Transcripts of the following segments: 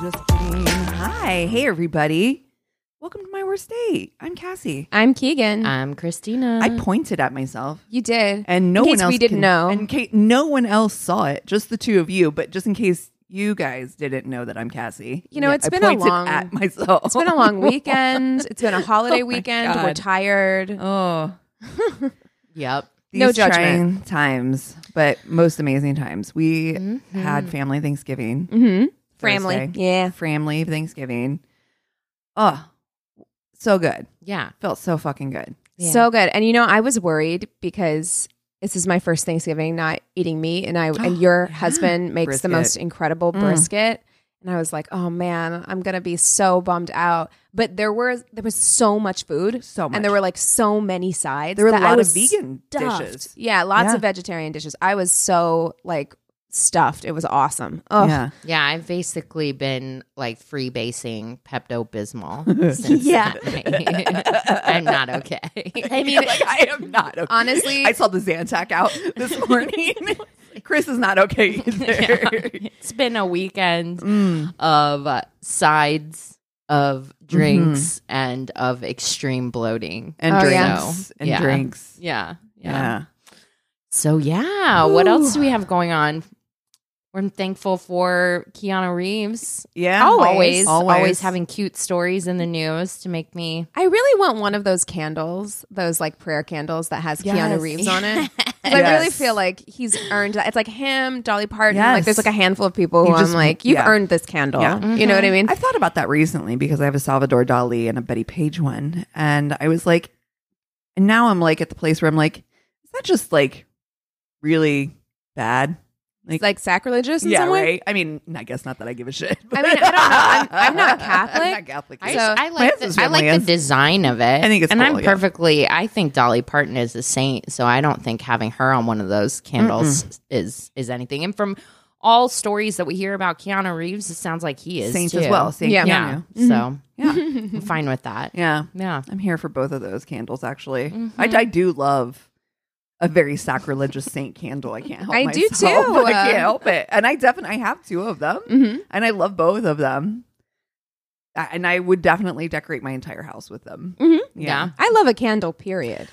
Just kidding. Hi. Hey, everybody. Welcome to my worst date. I'm Cassie. I'm Keegan. I'm Christina. I pointed at myself. you did. And no Mm-hmm. In one case else we didn't can- know. In case no one else saw it, just the two of you. But just in case you guys didn't know that I'm Cassie, You know, Yeah, it's I been a pointed long- at myself. It's been a long weekend. It's been a holiday Oh my weekend. We're God. tired. oh, Yep. these No judgment. trying times, but most amazing times. We had family Thanksgiving, Mm-hmm. Family. Thursday. Yeah. family Thanksgiving. Oh, so good. Yeah. Felt so fucking good. Yeah. So good. And you know, I was worried because this is my first Thanksgiving not eating meat and I and your Yeah. husband makes the Brisket. most incredible Mm. brisket. And I was like, "Oh man, I'm going to be so bummed out." But there were there was so much food So much. and there were like so many sides. There were a that I lot of was vegan stuffed. dishes. Yeah, lots Yeah. of vegetarian dishes. I was so like stuffed. It was awesome. Oh, Yeah. Yeah. I've basically been like free basing Pepto Bismol since Yeah. that night. I'm not okay. I mean, like I am not okay. Honestly- I saw the Zantac out this morning. Chris is not okay either. it's been a weekend Mm. of uh, sides, of drinks, and of extreme bloating. Mm-hmm. And Oh, yeah. drinks. So, And yeah. drinks. Yeah. Yeah. Yeah. So, yeah. What else Ooh. do we have going on? We're thankful for Keanu Reeves. Yeah. Always. always, always, having cute stories in the news to make me. I really want one of those candles, those like prayer candles that has Keanu Yes. Reeves on it. 'Cause I Yes. really feel like he's earned that. It's like him, Dolly Parton. Yes. Like there's like a handful of people who You just- I'm like, you've yeah. earned this candle. Yeah. Mm-hmm. You know what I mean? I thought about that recently because I have a Salvador Dali and a Betty Page one. And I was like, and now I'm like at the place where I'm like, is that just like really bad? it's like sacrilegious in yeah, some way. right. I mean, I guess not that I give a shit. I mean, I don't know. I'm- I'm not I'm Catholic. not Catholic. I, either. So- I like the, husband's I like family is. the design of it. I think it's and cool, I'm yeah. perfectly. I think Dolly Parton is a saint, so I don't think having her on one of those candles is is anything. And from all stories that we hear about Keanu Reeves, it sounds like he is Saints too. as well. Saint Yeah. Yeah, Keanu. so Yeah. Mm-hmm. I'm fine with that. Yeah. Yeah, I'm here for both of those candles, actually. Mm-hmm. I, I do love a very sacrilegious saint candle. I can't help I do myself. too, I can't uh, help it. And I definitely I have two of them, Mhm. and I love both of them. A- And I would definitely decorate my entire house with them. Mhm. yeah. I love a candle, period.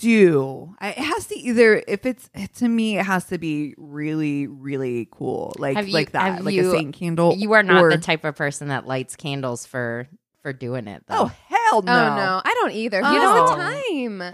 Do I, it has to either if it's to me it has to be really really cool like Have you- like that have like a you- saint candle. You are not or- the type of person that lights candles for for doing it. oh Though. hell no. Oh no, I don't either. Oh. You don't have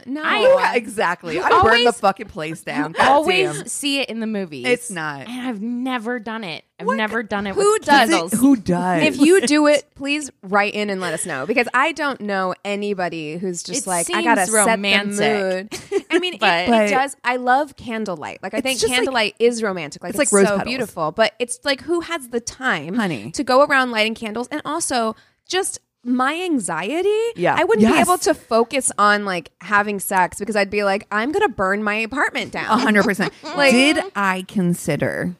time. No. You ha- exactly. I burn the always- fucking place down. God always damn. see it in the movies. It's not. and I've never done it. I've What? never done it. Who with does it? candles. Who does? if you do it, please write in and let us know because I don't know anybody who's just It like I seems gotta romantic. set the mood. I mean, But- it, But- it does. I love candlelight. Like I It's think just like- candlelight is romantic. Like it's it's, like rose so petals. beautiful, but it's like who has the time, Honey. to go around lighting candles and also just. My anxiety, Yeah. I wouldn't be Yes. able to focus on like having sex because I'd be like, I'm gonna burn my apartment A down. hundred percent. Like- Did I consider,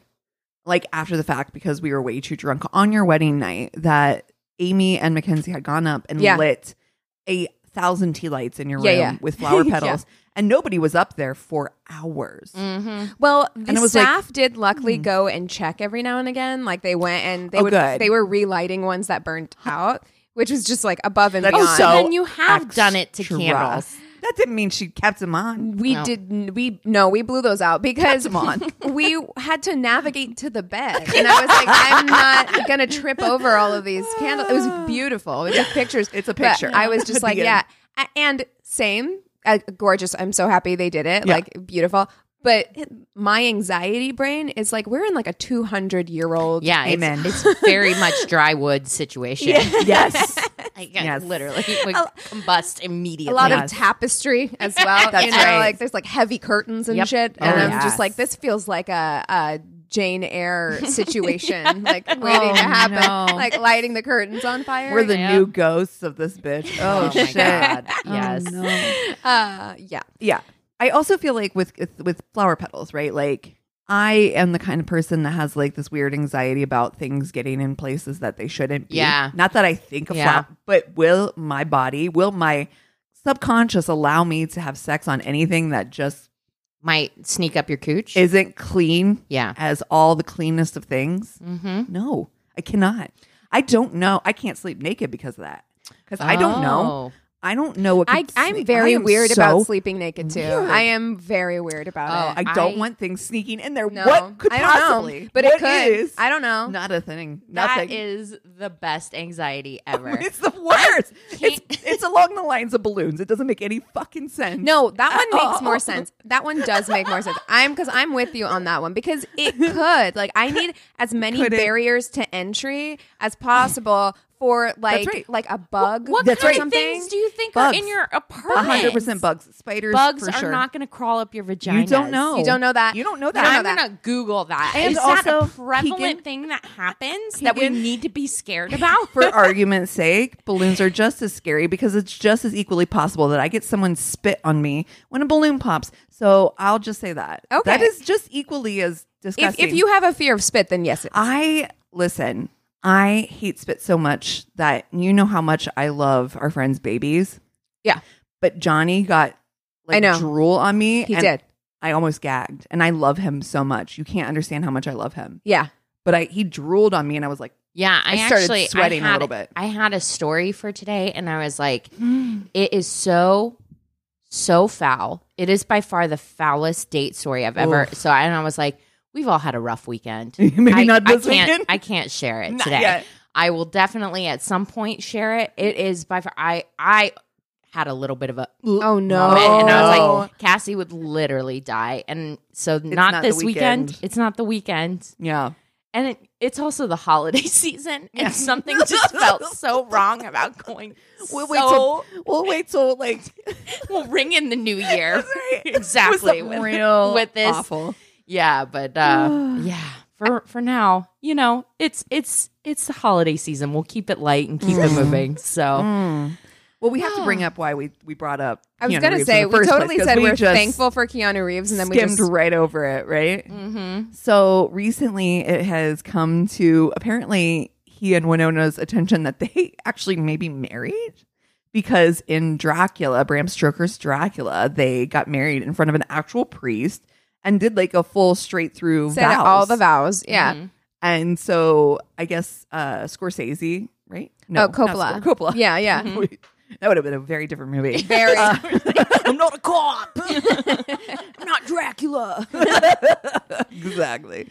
like after the fact, because we were way too drunk on your wedding night, that Amy and Mackenzie had gone up and Yeah. lit a thousand tea lights in your Yeah, room yeah. with flower Yeah. petals, and nobody was up there for hours. Mm. Mhm. Well, the it was like- hmm. staff did luckily go and check every now and again. Like they went and they Oh, would good. they were relighting ones that burned out, which was just like above and That's beyond. so then you have done it to extra. candles. That didn't mean she kept them on. we No. didn't. We no, we blew those out because them on. we had to navigate to the bed, and I was like, I'm not gonna trip over all of these candles. It was beautiful. We took pictures. It's a But picture. I was just The like, end. yeah, A- and same, uh, gorgeous. I'm so happy they did it. Yeah. Like beautiful. But my anxiety brain is like we're in like a 200 year old. Yeah, Amen. It's, it's very much dry wood situation. Yes. Like, Yes. literally it would combust immediately. a lot Yes. of tapestry as well. That's you know, right. like there's like heavy curtains and Yep. shit, Oh, and I'm yes. just like, this feels like a, a Jane Eyre situation, like waiting Oh, to happen, no. like lighting the curtains on fire. We're the Yeah. new ghosts of this bitch. Oh, my shit. God. Oh, Yes. no. uh, yeah. Yeah. I also feel like with with flower petals, right? Like I am the kind of person that has like this weird anxiety about things getting in places that they shouldn't be. Yeah. Not that I think of Yeah. flower, but will my body, will my subconscious allow me to have sex on anything that just Might sneak up your cooch. isn't clean yeah. as all the cleanest of things? Mm-hmm. No, I cannot. I don't know. I can't sleep naked because of that. Because I don't know. I don't know what. Oh. I, could I'm sneak- very I am weird so about sleeping naked too. weird. I am very weird Oh, about it. I don't I- want things sneaking in there. no, what could I don't possibly? know, but What it could. is? I don't know. Not a thing. That Nothing. is the best anxiety ever. it's the worst. It's, can't- it's along the lines of balloons. It doesn't make any fucking sense. No, that one makes all. more sense. That one does make more sense. I'm because I'm with you on that one because it could. Like I need as many Could it- barriers to entry as possible for like right. like a bug. what That's kind right. of something? things do you think Bugs. are in your A apartment? hundred percent bugs. Spiders. Bugs for are sure. not going to crawl up your vagina. You don't know. You don't know that. You don't know You that. don't know I'm that. gonna Google that. And Is that a also, prevalent Keegan- thing that happens that we Keegan- need to be scared about? For argument's sake, balloons are just as scary because it's just as equally possible that I get someone spit on me when a balloon pops. So I'll just say that. Okay. That is just equally as If, disgusting. if you have a fear of spit, then yes, it is. I listen. I hate spit so much that you know how much I love our friends' babies. Yeah. but Johnny got like I know. drool on me. he and did. I almost gagged, and I love him so much. You can't understand how much I love him. Yeah. But I he drooled on me, and I was like, Yeah, I, I started actually I sweating a had- little bit. Mm. I had a story for today, and I was like, it is so so foul. It is by far the foulest date story I've ever. Oof. So I, and I was like, we've all had a rough weekend. Maybe I, not this I can't, weekend. I can't share it Not today. yet. I will definitely at some point share it. It is by far. I I had a little bit of a Oh no. moment, and I no. was like, Cassie would literally die, and so not, Oh. not the this weekend. weekend. It's not the weekend "Yeah, and it, it's also the holiday season, and something just felt so wrong about going. we'll so, wait till we'll wait till like we'll ring in the new year, It was exactly something real with this. awful." Yeah, but uh, yeah, for for now, you know, it's it's it's the holiday season. We'll keep it light and keep it moving. So Mm. Well, we have to bring up why we we brought up. Ah. I was Keanu gonna Reeves say in the we first totally place, 'cause said we we are just thankful for Keanu Reeves, and then we skimmed just Mm-hmm. right over it, right? So recently, it has come to apparently he and Winona's attention that they actually may be married because in Dracula, Bram Stoker's Dracula, they got married in front of an actual priest and did like a full straight through said all the vows. Yeah. Mm-hmm. mhm. And so I guess uh Scorsese, right? oh, not Coppola. Scor- Coppola. Mm-hmm. Uh, Yeah, yeah. That would have been a very different movie. Very. I'm not a cop. I'm not Dracula. exactly.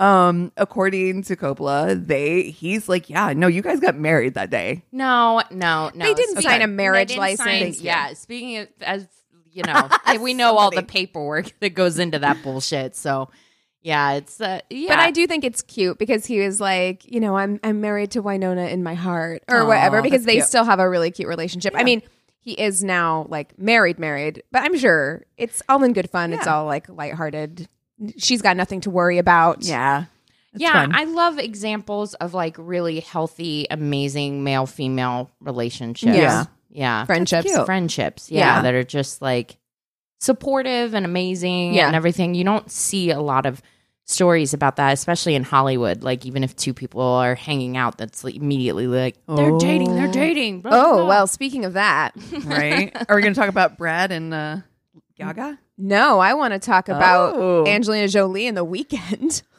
Um, according to Coppola, they he's like, yeah, no, you guys got married that day. no, no, no. They didn't Speaking- sign a marriage they didn't sign- license. yeah, speaking of as you know, we know all the paperwork that goes into that bullshit. So yeah, it's uh, yeah. But I do think it's cute because he was like, you know, I'm I'm married to Winona in my heart or Aw, whatever because that's they cute. still have a really cute relationship. I mean, he is now like married, married, but I'm sure it's all in good fun. It's Yeah. all like lighthearted. She's got nothing to worry about. Yeah. That's yeah, fun. I love examples of like really healthy, amazing male female relationships. Yeah. Yeah. Friendships. cute. Friendships. Yeah, Yeah. That are just like supportive and amazing Yeah. and everything. You don't see a lot of stories about that, especially in Hollywood. Like, even if two people are hanging out, that's like, immediately like, they're Oh. dating, they're dating. blah, blah, Oh, blah." well, speaking of that, right. Are we gonna talk about Brad and uh Gaga? no, I want to talk about Oh. Angelina Jolie in the weekend.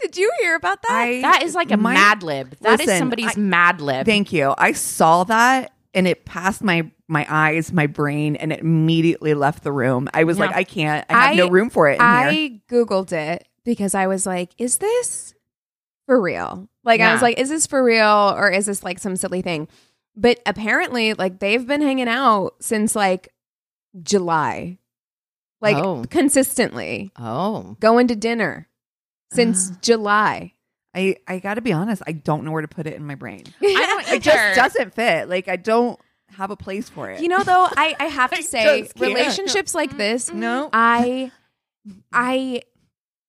Did you hear about that? that is like a my- mad lib. That is Listen, somebody's I- mad lib. Thank you. I saw that and it passed my my eyes, my brain, and it immediately left the room. I was Yeah. like, I can't. I have no I- room for it in I here. googled it because I was like, is this for real? Like I was Yeah. like, is this for real or is this like some silly thing? But apparently like they've been hanging out since like July. Like Oh. consistently oh. going to dinner Ah. since July. I I got to be honest. I don't know where to put it in my brain. I don't It either. just doesn't fit. Like I don't have a place for it. You know though, I, I have to I say Mm-hmm. just can't. relationships like this, no. I I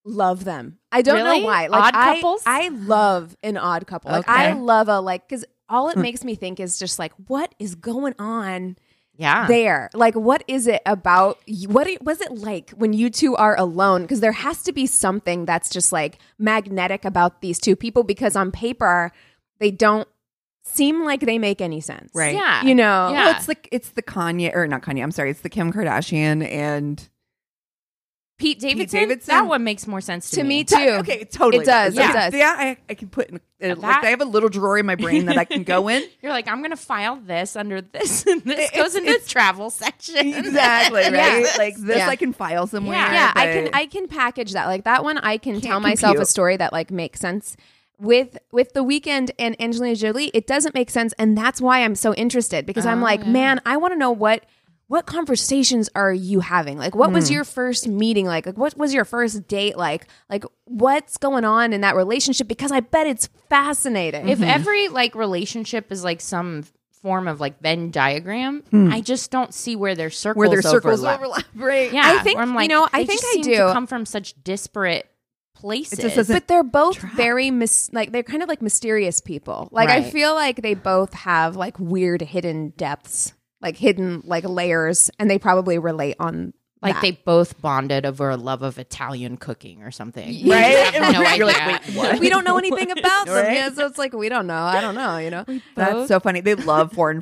love them. I don't Really? know why. Like Odd I, couples? I love an odd couple. Like I Okay. Hmm. love a like because all it makes me think is just like what is going on Yeah. there. Like what is it about? you- What it- was it like when you two are alone? Because there has to be something that's just like magnetic about these two people because on paper they don't seem like they make any sense. Right. Yeah. You know. Yeah. Well, it's like it's the Kanye or not Kanye. I'm sorry, it's the Kim Kardashian and Pete Davidson. Davidson? That one makes more sense to, To me me. too. Okay, totally. It does, it Yeah, does. yeah. I, I can put in. It, like, That- I have a little drawer in my brain that I can go in. You're like, I'm gonna file this under this, and this It's- goes into it's- travel section. exactly. Right. Yeah. Like this, Yeah. I can file somewhere. Yeah. yeah i can but- i can package that like that one i can tell Can't myself a compute. story that like makes sense with with the weekend and angelina jolie it doesn't make sense and that's why i'm so interested because i'm Oh, like man i want to know what what conversations are you having like what Hmm. was your first meeting like? like what was your first date like like what's going on in that relationship because i bet it's fascinating Mm-hmm. If every like relationship is like some form of like Venn diagram, I just don't see where their circles where their circles overlap. overlap. Right. Yeah, I think- where I'm you like, know, I they think just I seem do. to come from such disparate places. doesn't- but they're both very mis- like they're kind of like mysterious people. Like I Right. feel like they both have like weird hidden depths, like hidden like layers, and they probably relate on like that. they both bonded over a love of Italian cooking or something. Right? I have no You're like, idea. wait, what? we don't know anything about them. Right? Yeah, so it's like we don't know. I don't know. You know. That's so funny. They love foreign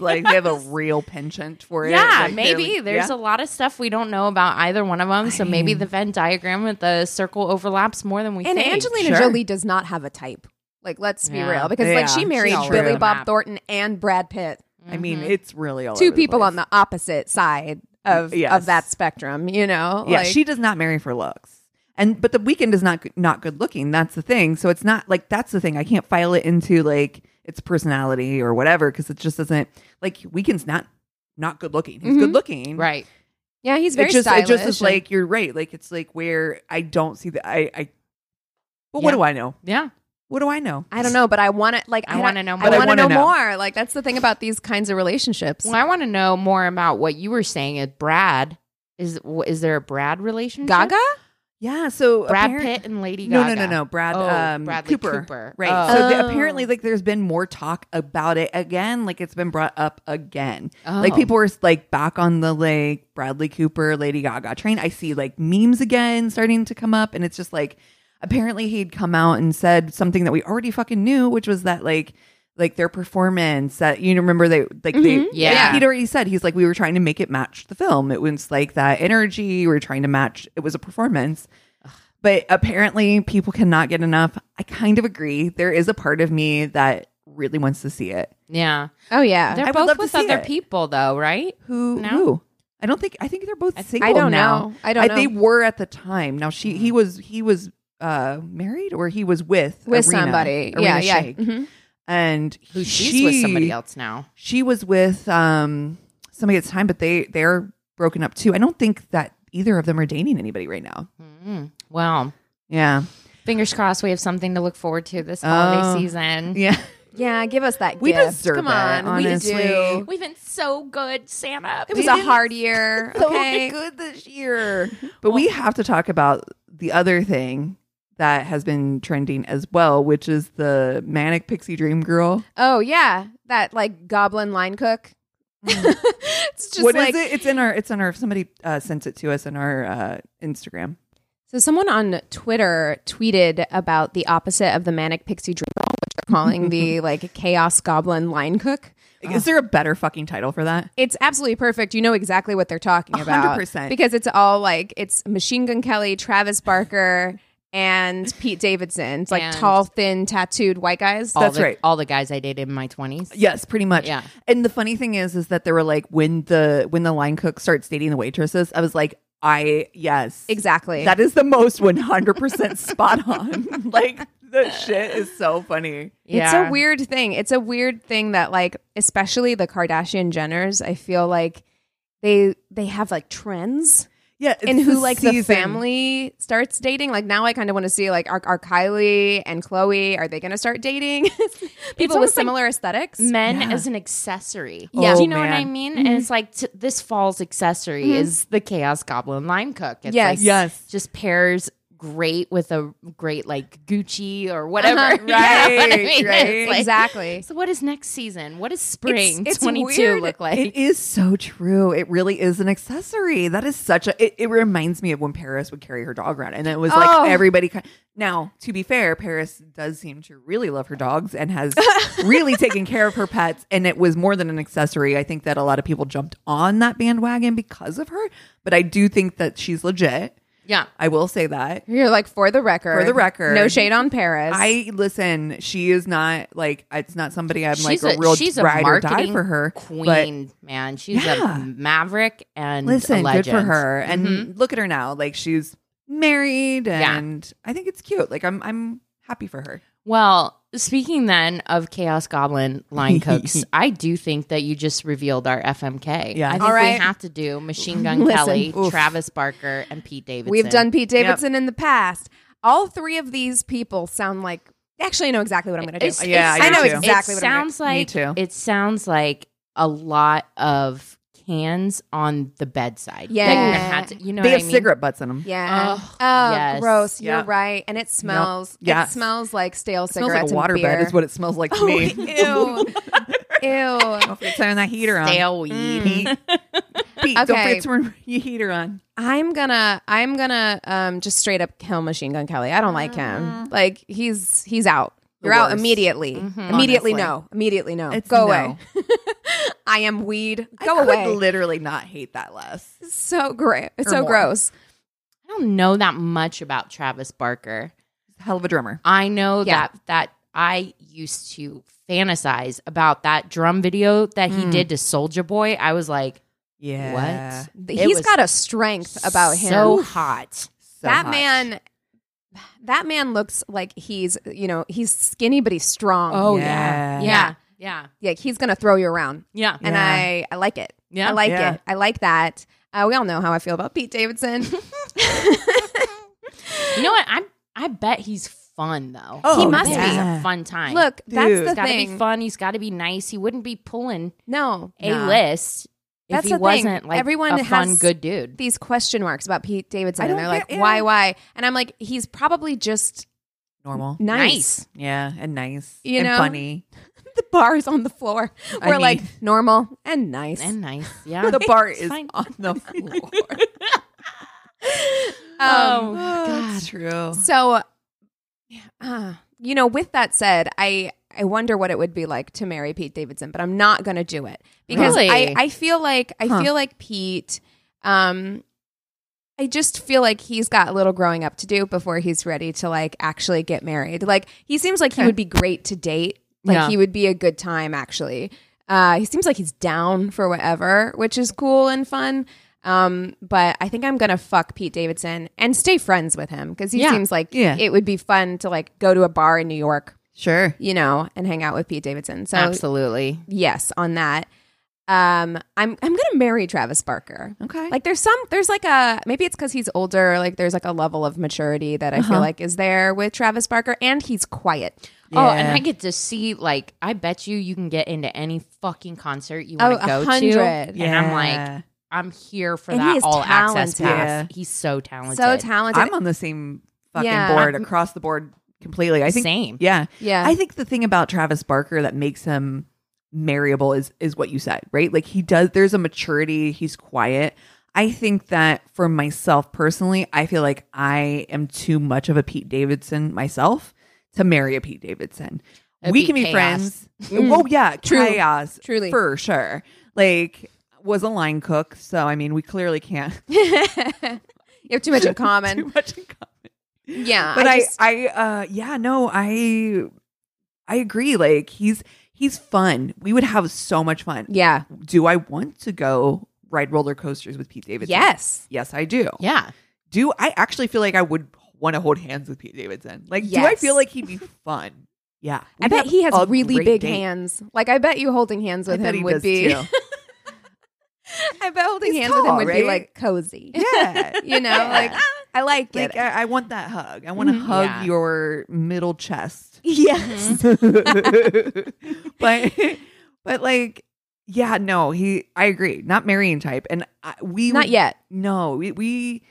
Like they have a real penchant for it. Yeah, Like, they're maybe like- there's yeah. a lot of stuff we don't know about either one of them. so maybe the Venn diagram with the circle overlaps more than we And think. Angelina Sure. Jolie does not have a type. Like let's be Yeah. real, because like Yeah. she married She's Billy true. Bob Thornton and Brad Pitt, I mean, it's really all Mm-hmm. two over people the place. on the opposite side of of Yes. that spectrum. You know. Yeah, Like- she does not marry for looks. And but the weekend is not g- not good looking. That's the thing. So it's not like that's the thing. I can't file it into like its personality or whatever because it just doesn't like weekend's not not good looking. He's good looking, Mm-hmm. right. yeah, he's It very just stylish. it just is and- like you're right. Like it's like where I don't see the I I. But what Yeah. do I know? Yeah. What do I know? I don't know, but I want to like I don't- wanna know I more. want to But know, I wanna know. more. Like that's the thing about these kinds of relationships. Well, I want to know more about what you were saying. Is Brad is w- is there a Brad relationship? Gaga? Yeah. So Brad apparent- Pitt, and Lady No, Gaga. no, no, no. Brad Oh, um, Bradley Cooper. Cooper. Right. Oh. So the- Oh. apparently, like, there's been more talk about it again. Like, it's been brought up again. Oh. Like, people were like back on the like Bradley Cooper, Lady Gaga train. I see like memes again starting to come up, and it's just like apparently he'd come out and said something that we already fucking knew, which was that like. Like their performance, that you remember they like they Yeah. Mm-hmm. Yeah. he'd already said he's like we were trying to make it match the film. It was like that energy we were trying to match. It was a performance, but apparently people cannot get enough. I kind of agree. There is a part of me that really wants to see it. Yeah, Oh yeah. they're would both love to with see other it. people though, right? Who? No? Who? I don't think. I think they're both single. don't now. know. I don't know. They were at the time. Now she. He was. He was uh married, or he was with With Arena- somebody. Arena yeah, yeah. Shayk. Mhm. And Who she's she, with somebody else now. She was with um somebody at the time, but they they're broken up too. I don't think that either of them are dating anybody right now. Mm. Well, Yeah. fingers crossed we have something to look forward to this holiday Oh. season. Yeah. Yeah, give us that We gift. deserve Come it, on. honestly. We do. We've been so good, Santa. It was a hard year. Okay. good this year. But we have to talk about the other thing that has been trending as well, which is the manic pixie dream girl. Oh yeah. That like goblin line cook. Mm. it's just What is like it? It's in our. It's in our. Somebody uh, sent it to us in our uh, Instagram. So someone on Twitter tweeted about the opposite of the manic pixie dream girl, which they're calling the like chaos goblin line cook. Is there a better fucking title for that? It's absolutely perfect. You know exactly what they're talking about. 100%. Because it's all like it's Machine Gun Kelly, Travis Barker, and Pete Davidson. It's like And- tall, thin, tattooed white guys. All That's the- right. All the guys I dated in my twenties. Yes, pretty much. Yeah. And the funny thing is, is that they were like, when the when the line cook starts dating the waitresses, I was like, I yes, exactly. That is the most one hundred percent spot on. like the shit is so funny. It's a weird thing. It's a weird thing that like especially the Kardashian Jenners, I feel like they they have like trends Yeah, it's and who like the season. family starts dating. Like now I kind of want to see like are, are Kylie and Chloe are they going to start dating? People with almost like similar aesthetics. men as an accessory. Yeah. Do you know Oh, what man. I Mm-hmm. mean? And it's like t- this fall's accessory is the Chaos Goblin Lime Cook. It's Yes. Like, Yes. Just pairs great with a great like Gucci or whatever. Uh-huh. You know what I Right, mean? right. It's like- exactly. So what is next season? What does spring it's 22 weird. look like? It is so true. It really is an accessory. That is such a. It, it reminds me of when Paris would carry her dog around, and it was like Oh. everybody. ki- Now, to be fair, Paris does seem to really love her dogs and has really taken care of her pets. And it was more than an accessory. I think that a lot of people jumped on that bandwagon because of her. But I do think that she's legit. yeah. I will say that. You're like for the record. For the record. No shade on Paris. I listen. She is not like it's not somebody I'm She's like a, a, real she's a ride or die marketing for her but- queen, man. She's Yeah. a maverick and a Listen, legend. good for her. And look at her now. Like she's married Yeah. and I think it's cute. Like I'm I'm happy for her. Well, speaking then of Chaos Goblin line cooks, I do think that you just revealed our FMK. Yeah. I think All right. we have to do Machine Gun Listen, Kelly, oof. Travis Barker, and Pete Davidson. We've done Pete Davidson in the past. All three of these people sound like. Actually, I know exactly what I'm going to do. It's- Yeah, it's- I do I know too. exactly It what I'm sounds Me like too. it sounds like a lot of cans on the bedside. Yeah. That you're gonna have to- you know they what have I mean? cigarette butts in them. Yeah. Ugh, Oh, yes. gross. Yeah. You're right. And it smells. Yes. It smells like stale It smells like cigarettes. a water and beer. Oh, bed is what it smells like to me. Ew. Ew. Don't forget to turn that heater on. Stale weed. Pete, Pete don't Okay. forget to turn your heater on. I'm gonna I'm gonna um just straight up kill Machine Gun Kelly. I don't like him. Like he's he's out. The You're out worst. Mm-hmm. immediately. Immediately Honestly. no. Immediately no. It's Go no. away. I am weed. Go I away. Could literally not hate that less. It's so great. It's Or so more. gross. I don't know that much about Travis Barker. Hell of a drummer. I know Yeah. that that I used to fantasize about that drum video that he Mm. did to Soldier Boy. I was like, Yeah. what? It He's was got a strength about him. So hot. So that hot. man that man looks like he's you know, he's skinny but he's strong. Oh, yeah. yeah. Yeah. Yeah. Yeah, he's gonna throw you around. Yeah. And Yeah. I I like it. Yeah. I like Yeah. it. I like that. Uh, we all know how I feel about Pete Davidson. You know what? I I bet he's fun though. Oh, He must He's yeah. a fun time. Look, Dude. that's he's the got to thing. be fun. He's got to be nice. He wouldn't be pulling No, a Nah. list if That's he the thing. wasn't like Everyone a fun has- good dude. these question marks about Pete Davidson, I and don't they're get- like, yeah. why, why? And I'm like, he's probably just normal. nice. Yeah, and nice. You and know? funny. The bar is on the floor. I We're like mean- normal and nice. And nice. Yeah. The bar is fine. on the floor. um, oh, That's true. so, uh, you know, with that said, I I wonder what it would be like to marry Pete Davidson, but I'm not going to do it because Really? I I feel like I Huh. feel like Pete. Um, I just feel like he's got a little growing up to do before he's ready to like actually get married. Like he seems like he would be great to date. Like Yeah. he would be a good time actually. Uh, he seems like he's down for whatever, which is cool and fun. Um, but I think I'm gonna fuck Pete Davidson and stay friends with him because he Yeah. seems like Yeah. it would be fun to like go to a bar in New York, Sure. you know, and hang out with Pete Davidson. So Absolutely. yes, on that. Um, I'm I'm gonna marry Travis Barker. Okay. Like there's some there's like a maybe it's because he's older. Like there's like a level of maturity that I Uh-huh. feel like is there with Travis Barker, and he's quiet. Oh, and Yeah. I get to see like I bet you you can get into any fucking concert you Oh, want to go to. 100. And I'm Yeah. like, I'm here for And he that is all access talented. pass. He's so talented. So talented. I'm on the same fucking Yeah. board across the board completely. I think Same. Yeah. Yeah. I think the thing about Travis Barker that makes him marryable is is what you said, right? Like he does there's a maturity, he's quiet. I think that for myself personally, I feel like I am too much of a Pete Davidson myself to marry a Pete Davidson. A we Pete can be Chaos. friends. Oh yeah, Mm. True. chaos. Truly. For sure. Like was a line cook, so I mean we clearly can't you have too much in common. too much in common. yeah, but I, just- I, uh, yeah, no, I, I agree. Like he's he's fun. We would have so much fun. yeah, Do I want to go ride roller coasters with Pete Davidson? yes, yes, I do. Yeah. Do I actually feel like I would want to hold hands with Pete Davidson? Like, do I Yes. feel like he'd be fun? Yeah, I We'd bet have he has a really great big date. hands. Like I bet you holding hands I with bet him he would does, be. too. I bet holding He's hands with him tall, would right? be like cozy. yeah. you know, Yeah. like I like it. Like uh, I, I want that hug. I want to Mhm. hug Yeah. your middle chest. yes. Mm-hmm. but but like yeah no he i agree not marrying type and I, we Not would- yet. no we, we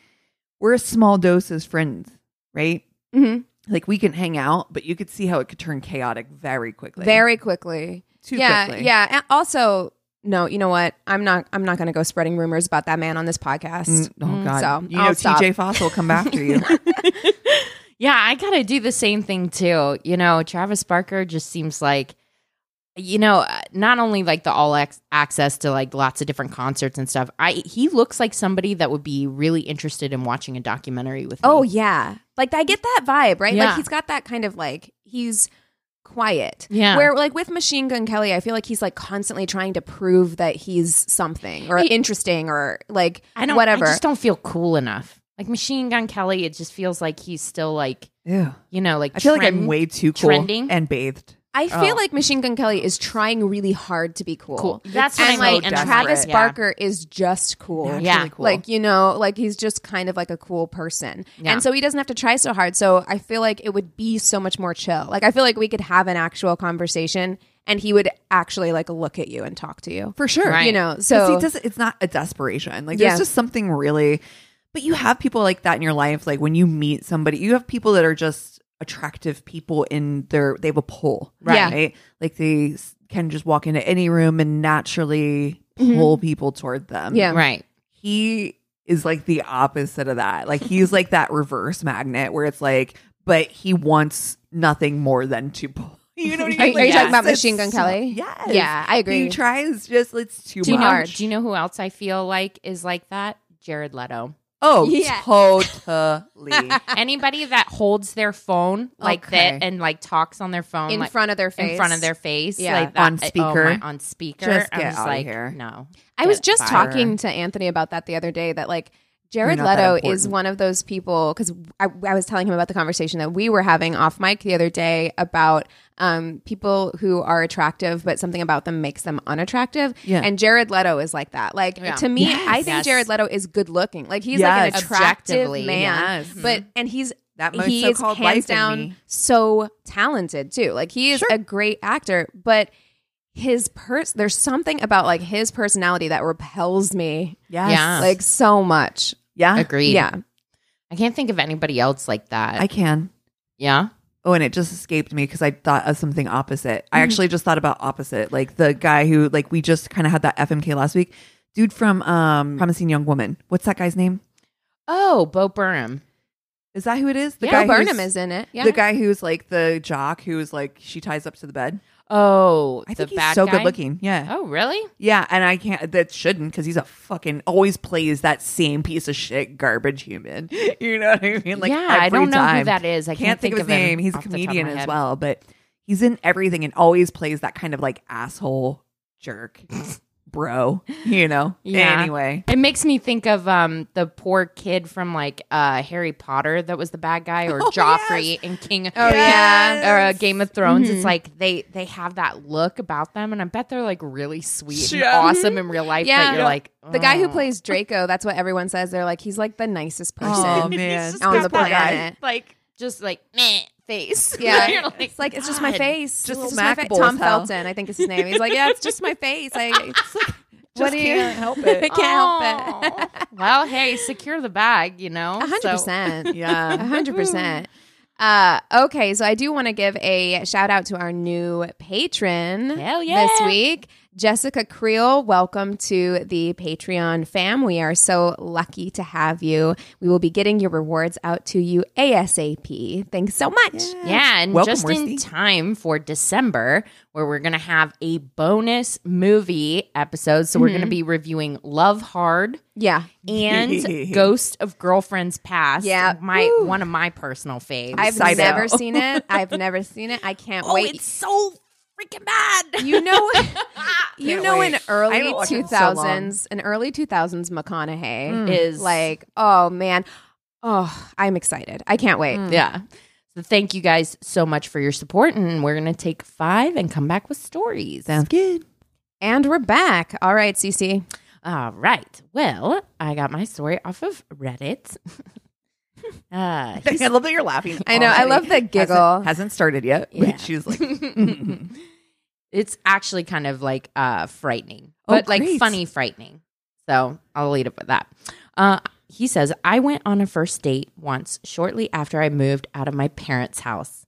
we're a small dose as friends right? hmm Like we can hang out, but you could see how it could turn chaotic very quickly. very quickly. too yeah, quickly. yeah. And also, no, you know what? I'm not. I'm not going to go spreading rumors about that man on this podcast. Mm, oh God! So, you I'll know stop. TJ Fossil will come after you. Yeah, I gotta do the same thing too. You know, Travis Barker just seems like, you know, uh, not only like the all ex- access to like lots of different concerts and stuff. I he looks like somebody that would be really interested in watching a documentary with. Oh me. yeah, like I get that vibe, right? Yeah. Like he's got that kind of like he's quiet. Yeah. Where like with Machine Gun Kelly, I feel like he's like constantly trying to prove that he's something or He- interesting or like I don't. whatever. I just don't feel cool enough. Like Machine Gun Kelly, it just feels like he's still like Ew. you know like I feel like I'm trend- way too cool trending. and bathed. I feel Oh. like Machine Gun Kelly is trying really hard to be cool. cool. That's what And I'm like so desperate. Travis Yeah. Barker is just cool. Naturally Yeah. cool. Like, you know, like he's just kind of like a cool person. Yeah. And so he doesn't have to try so hard. So I feel like it would be so much more chill. Like I feel like we could have an actual conversation and he would actually like look at you and talk to you. for sure. Right. You know, 'Cause so he does it's not a desperation. Like Yeah. there's just something really but you have people like that in your life. Like when you meet somebody, you have people that are just attractive people in their they have a pull. Right. Yeah. Right. Like they s- can just walk into any room and naturally pull people toward them. Mm-hmm. Yeah. right. He is like the opposite of that. Like he's like that reverse magnet where it's like, but he wants nothing more than to pull. You know what I mean? Are- are you Like, talking about that's- Machine Gun so- Kelly? Yes. Yeah, I agree. He tries just it's too Do you much. know? Do you know who else I feel like is like that? Jared Leto. Oh, Yeah. totally. Anybody that holds their phone like Okay. that and like talks on their phone in like, front of their face. in front of their face, Yeah. like that, On speaker. oh my- on speaker. Just I'm get just outta like, here. no, I was Get just fired. talking to Anthony about that the other day that like Jared You're not that Leto is important. one of those people because I, I was telling him about the conversation that we were having off mic the other day about um, people who are attractive, but something about them makes them unattractive. Yeah. And Jared Leto is like that. Like Yeah. to me, Yes. I think Yes. Jared Leto is good looking. Like he's like an Yes. attractive Objectively, man, yes. but and he's Mm-hmm. That my he is so-called hands life in down me. so talented too. Like he is Sure. a great actor, but his person there's something about like his personality that repels me Yes. Yeah. like so much. yeah. agreed. Yeah. I can't think of anybody else like that. I can. yeah, Oh, and it just escaped me because I thought of something opposite. Mm-hmm. I actually just thought about opposite, like the guy who, like, we just kind of had that FMK last week. Dude from um, Promising Young Woman. What's that guy's name? oh, Bo Burnham. Is that who it is? The Bo who's- Burnham is in it. Yeah. The guy who's like the jock who's like she ties up to the bed. Oh, I the think he's bad so guy? good looking. Yeah. Oh, really? Yeah, and I can't. That shouldn't, because he's a fucking always plays that same piece of shit garbage human. You know what I mean? Like, yeah, I every don't know who time. that is. I can't, think, of his him name. He's a off the top of comedian my as head. well, but he's in everything and always plays that kind of like asshole jerk bro. You know. Yeah. Anyway, It makes me think of um the poor kid from like uh Harry Potter that was the bad guy or Oh, Joffrey yes. and King Oh, yeah. or uh, Game of Thrones. It's like they they have that look about them and I bet they're like really sweet and Yeah. awesome in real life Yeah. but Yeah. you're like "Oh, the guy who "Oh." "Ugh." plays Draco, that's what everyone says. They're like, he's like the nicest person oh man, on the that guy. planet. like just like meh face. Yeah. You're like, It's like it's just my "God." face. Just It's my face. smackable Tom as hell. Felton, I think is his name. He's like, Yeah, it's just my face. I it's like, what Just do you can't help I it. can't help it. Aw. well, hey, secure the bag, you know. A hundred so- percent. Yeah. A hundred percent. Uh, okay, so I do want to give a shout out to our new patron Hell yeah. this week, Jessica Creel. Welcome to the Patreon fam. We are so lucky to have you. We will be getting your rewards out to you ASAP. Thanks so much. Yeah, and Welcome, just in Worsty. time for December, where we're going to have a bonus movie episode. So we're Mm-hmm. going to be reviewing Love Hard Yeah, and Ghost of Girlfriends Past. Yeah. my one of my personal faves. I've Psycho. never seen it. I've never seen it. I can't oh, wait. it's so freaking bad. You know, you know, wait. in I early haven't watched two it in so long. Mm. thousands, an early two thousands McConaughey Is like, oh man, oh, I'm excited. I can't wait. Mm. yeah. So thank you guys so much for your support, and we're going to take five and come back with stories. sounds good. And we're back. All right, Cece. All right. Well, I got my story off of Reddit. uh, I love that you're laughing. I know. I already. love the giggle. Hasn't, hasn't started yet. but Yeah. she's like, it's actually kind of like uh frightening Oh, but like great. funny frightening so i'll lead it with that uh he says, I went on a first date once shortly after I moved out of my parents' house.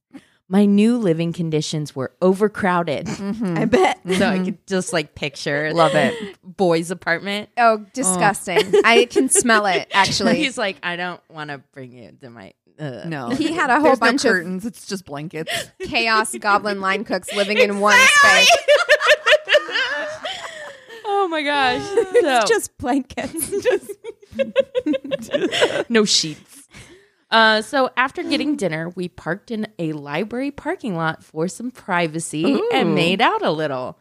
My new living conditions were overcrowded. Mm-hmm. I bet. So I could just like picture Love it. boy's apartment. Oh, disgusting. I can smell it actually. He's like, I don't want to bring you to my. Uh. No, He had a whole There's no bunch of- curtains. It's just blankets. Chaos goblin line cooks living in one space. Oh my gosh. So, Just blankets. no sheets. Uh, so after getting dinner, we parked in a library parking lot for some privacy and made out a little.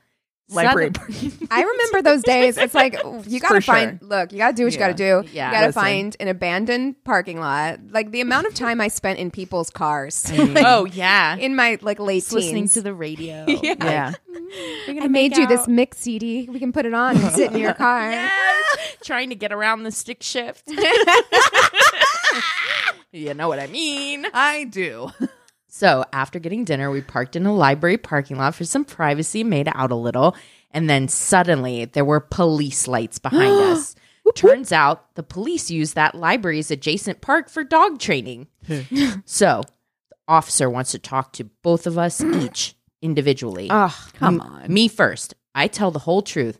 Library Sudden- I remember those days. It's like you gotta For sure. find. Look, you gotta do what Yeah. you gotta do. Yeah. you gotta Listen. find an abandoned parking lot. Like the amount of time I spent in people's cars oh yeah, in my like late listening teens. to the radio. yeah. I made you this mix CD. We can put it on and sit in your car. trying to get around the stick shift. you know what I mean. I do. So after getting dinner, we parked in a library parking lot for some privacy, made out a little, and then suddenly there were police lights behind us. Turns out the police used that library's adjacent park for dog training. so the officer wants to talk to both of us each individually. Oh, come M- on. Me first. I tell the whole truth.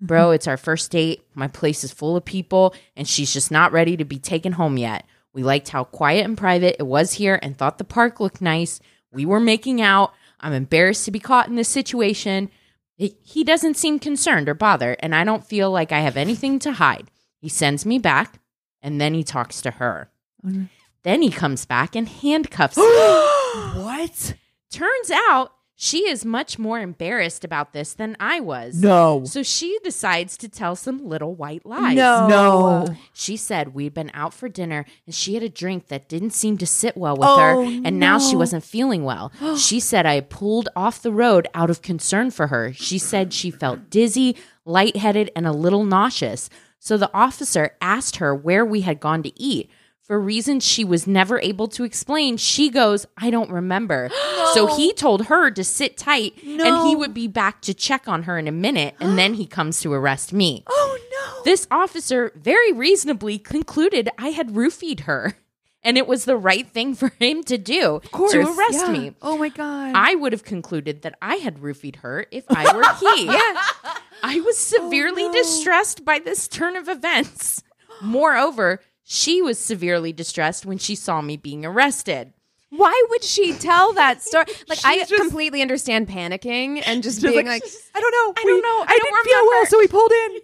Bro, it's our first date. My place is full of people, and she's just not ready to be taken home yet. We liked how quiet and private it was here and thought the park looked nice. We were making out. I'm embarrassed to be caught in this situation. He- He doesn't seem concerned or bothered, and I don't feel like I have anything to hide. He sends me back, and then he talks to her. Oh, Then he comes back and handcuffs me. What? Turns out she is much more embarrassed about this than I was. No. So she decides to tell some little white lies. No. She said we'd been out for dinner and she had a drink that didn't seem to sit well with her, Oh, and now she no. wasn't feeling well. she said I pulled off the road out of concern for her. She said she felt dizzy, lightheaded, and a little nauseous. So the officer asked her where we had gone to eat. For reasons she was never able to explain, she goes, I don't remember. So he told her to sit tight and he No. would be back to check on her in a minute, and then he comes to arrest me. Oh no. This officer very reasonably concluded I had roofied her and it was the right thing for him to do to arrest yeah. me. Oh my god. I would have concluded that I had roofied her if I were he. yeah. I was Oh, severely distressed by this turn of events. Moreover, she was severely distressed when she saw me being arrested. Why would she tell that story? Like, I just- completely understand panicking and just, She's being like, I don't know. I don't know. I don't didn't feel well, remember." so we pulled in,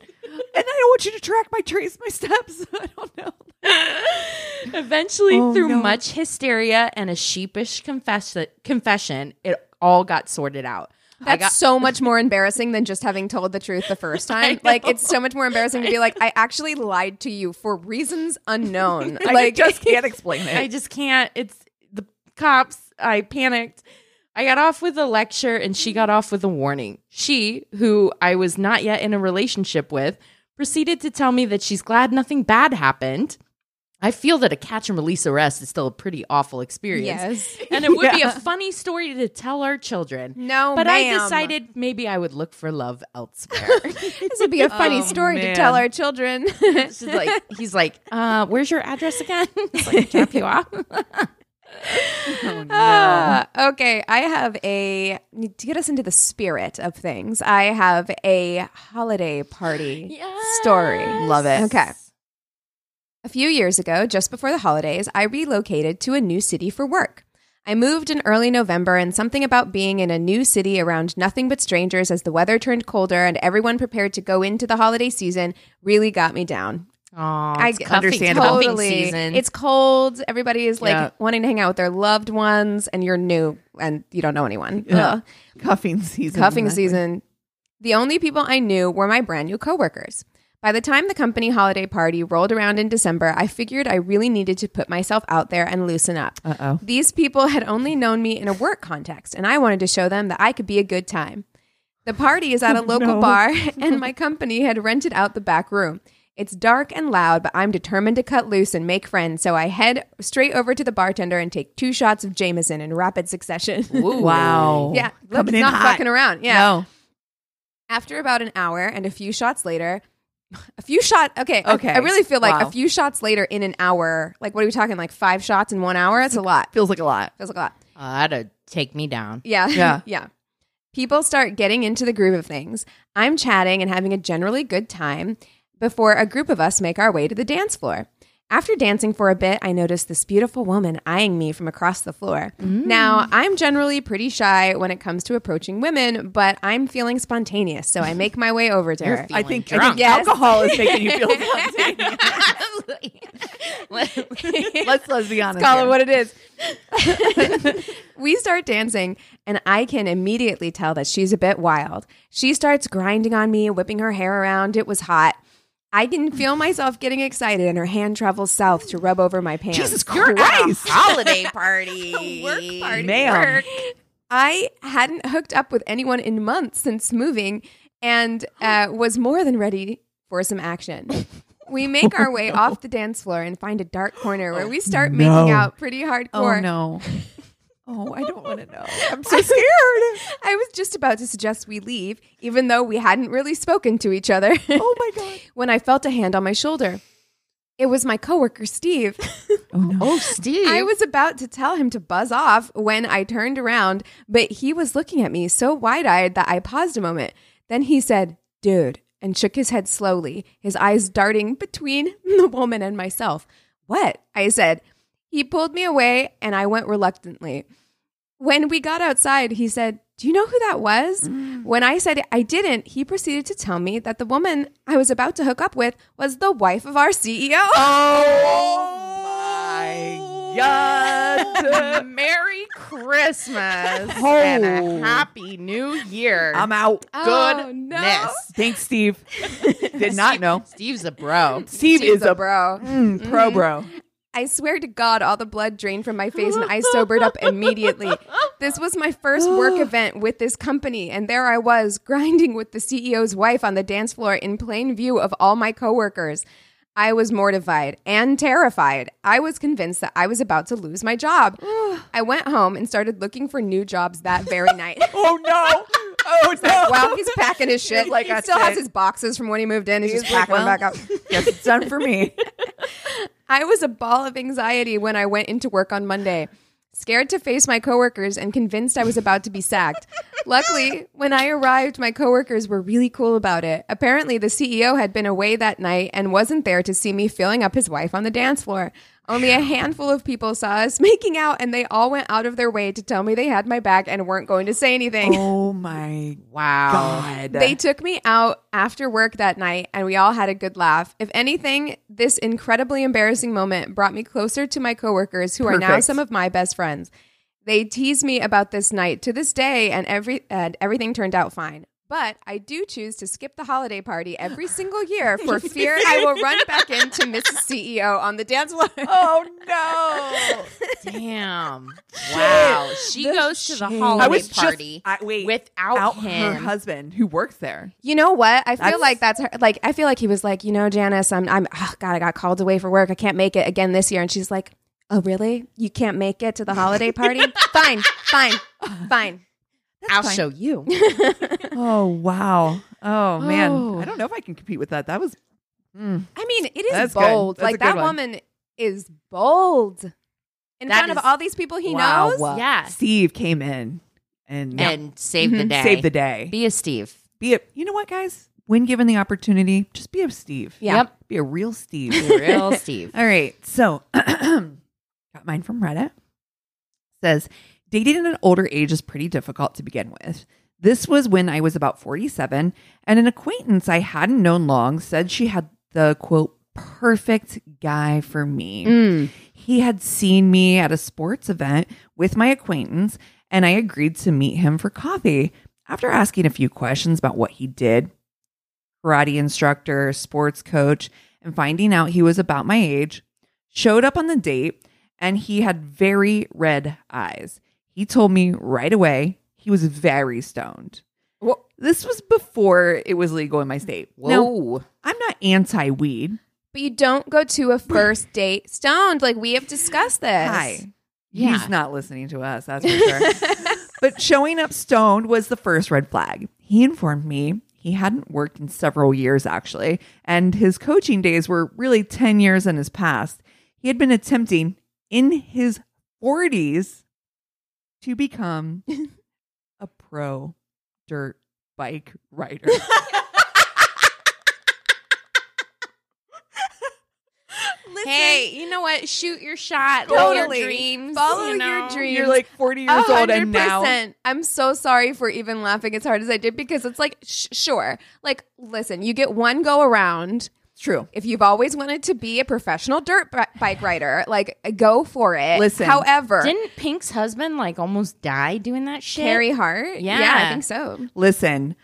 and I don't want you to track my trace, my steps. I don't know. Eventually, Oh, through no. much hysteria and a sheepish confess- confession, it all got sorted out. I that's got so much more embarrassing than just having told the truth the first time. Like, it's so much more embarrassing to be like, I actually lied to you for reasons unknown. I like, just can't explain I it. just can't. It's the cops. I panicked. I got off with a lecture and she got off with a warning. She, who I was not yet in a relationship with, proceeded to tell me that she's glad nothing bad happened. I feel that a catch and release arrest is still a pretty awful experience. Yes. And it would be a Yeah. funny story to tell our children. No, But I Oh, ma'am. decided maybe I would look for love elsewhere. this would be a funny Oh, story to man. tell our children. She's like, he's like, uh, where's your address again? It's like, drop you off. Oh, no. Uh, okay, I have a to get us into the spirit of things. I have a holiday party story. Love it. Okay. A few years ago, just before the holidays, I relocated to a new city for work. I moved in early November, and something about being in a new city around nothing but strangers as the weather turned colder and everyone prepared to go into the holiday season really got me down. Oh, I it's get- cuffing, Understandable. cuffing season. It's cold. Everybody is like Yeah. wanting to hang out with their loved ones, and you're new and you don't know anyone. Ugh. Cuffing season. Cuffing Exactly. season. The only people I knew were my brand new coworkers. By the time the company holiday party rolled around in December, I figured I really needed to put myself out there and loosen up. Uh-oh. These people had only known me in a work context, and I wanted to show them that I could be a good time. The party is at a local Oh, no. bar, and my company had rented out the back room. It's dark and loud, but I'm determined to cut loose and make friends, so I head straight over to the bartender and take two shots of Jameson in rapid succession. Wow. yeah, look, it's Coming in not hot. fucking around. Yeah. No. After about an hour and a few shots later, A few shot. Okay. I- Okay. I, really feel like Wow. a few shots later in an hour. Like, what are we talking? Like five shots in one hour? That's a lot. Feels like a lot. Feels like a lot. Uh, that'd take me down. Yeah. Yeah. yeah. People start getting into the groove of things. I'm chatting and having a generally good time before a group of us make our way to the dance floor. After dancing for a bit, I notice this beautiful woman eyeing me from across the floor. Now, I'm generally pretty shy when it comes to approaching women, but I'm feeling spontaneous, so I make my way over to her. I think, I drunk. think Yes. alcohol is making you feel something. let's let's be honest. call here. it what it is. we start dancing, and I can immediately tell that she's a bit wild. She starts grinding on me, whipping her hair around. It was hot. I can feel myself getting excited, and her hand travels south to rub over my pants. Jesus Christ, holiday party. ma'am. I hadn't hooked up with anyone in months since moving and uh, was more than ready for some action. We Oh, make our way off the dance floor and find a dark corner where we start making out pretty hardcore. Oh no. Oh, I don't want to know. I'm so scared. I was just about to suggest we leave, even though we hadn't really spoken to each other, Oh my god. when I felt a hand on my shoulder. It was my coworker, Steve. Oh no. Oh, Steve. I was about to tell him to buzz off when I turned around, but he was looking at me so wide eyed that I paused a moment. Then he said, Dude, and shook his head slowly, his eyes darting between the woman and myself. What? I said. He pulled me away and I went reluctantly. When we got outside, he said, Do you know who that was? Mm. When I said I didn't, he proceeded to tell me that the woman I was about to hook up with was the wife of our E CEO. Oh my god. Merry Christmas Oh. and a happy new year. I'm out. Oh, Goodness. Thanks, Steve. Did not know. Steve's a bro. Steve She's is a bro. mm, pro bro. I swear to God, all the blood drained from my face and I sobered up immediately. This was my first work event with this company, and there I was, grinding with the CEO's wife on the dance floor in plain view of all my coworkers. I was mortified and terrified. I was convinced that I was about to lose my job. I went home and started looking for new jobs that very night. Oh no. Oh no. wow, he's packing his shit. Like Like he I still has said. his boxes from when he moved in. He's, He's just packing like, them back up. Guess it's done for me. I was a ball of anxiety when I went into work on Monday, scared to face my coworkers and convinced I was about to be sacked. Luckily, when I arrived, my coworkers were really cool about it. Apparently, the CEO had been away that night and wasn't there to see me filling up his wife on the dance floor. Only a handful of people saw us making out, and they all went out of their way to tell me they had my back and weren't going to say anything. Oh my Wow. god. They took me out after work that night and we all had a good laugh. If anything, this incredibly embarrassing moment brought me closer to my coworkers who are now Perfect. some of my best friends. They tease me about this night to this day and every and everything turned out fine. But I do choose to skip the holiday party every single year for fear I will run back into Mrs. CEO on the dance floor. oh no. Damn. Wow. She goes to the holiday I was party just I, wait, without out him. her husband who works there. You know what? I feel That's- like that's her. Like I feel like he was like, you know, Janice, I'm, I'm, oh God, I got called away for work. I can't make it again this year. And she's like, oh really? You can't make it to the holiday party? fine, fine, fine. I'll show you. Oh wow. Oh man. Oh. I don't know if I can compete with that. That was mm. I mean, it is That's good. bold. That's a Like good that one. woman is bold in That front is- of all these people he Wow. knows. yeah. Steve came in and, And Mm-hmm. save the day. saved the day. Be, Be a Steve. a you know what, guys? When given the opportunity, just be a Steve. Yeah. Yep. Be a real Steve. Real Steve. All right. So, got mine from Reddit. Says, dating at an older age is pretty difficult to begin with. This was when I was about 47, and an acquaintance I hadn't known long said she had the quote, perfect guy for me. He had seen me at a sports event with my acquaintance, and I agreed to meet him for coffee. After asking a few questions about what he did, karate instructor, sports coach, and finding out he was about my age, showed up on the date and he had very red eyes. He told me right away he was very stoned. Wha- This was before it was legal in my state. Now, Whoa. I'm not anti weed. But you don't go to a first date stoned. Like we have discussed this. Hi. Yeah. He's not listening to us, that's for sure. but showing up stoned was the first red flag. He informed me he He hadn't worked in several years, actually, and his coaching days were really 10 years in his past. He had been attempting in his 40s to become a pro dirt bike rider. Listen, Hey, you know what? Shoot your shot. Follow Totally. your dreams. Follow you your know? dreams. You're like 40 years Oh, old and now. 100%. I'm so sorry for even laughing as hard as I did because it's like, sh- sure. Like, listen, you get one go around. It's true. If you've always wanted to be a professional dirt b- bike rider, like, go for it. Listen, However, Didn't Pink's husband like almost die doing that shit? Carrie Hart? Yeah. Yeah, I think so. Listen,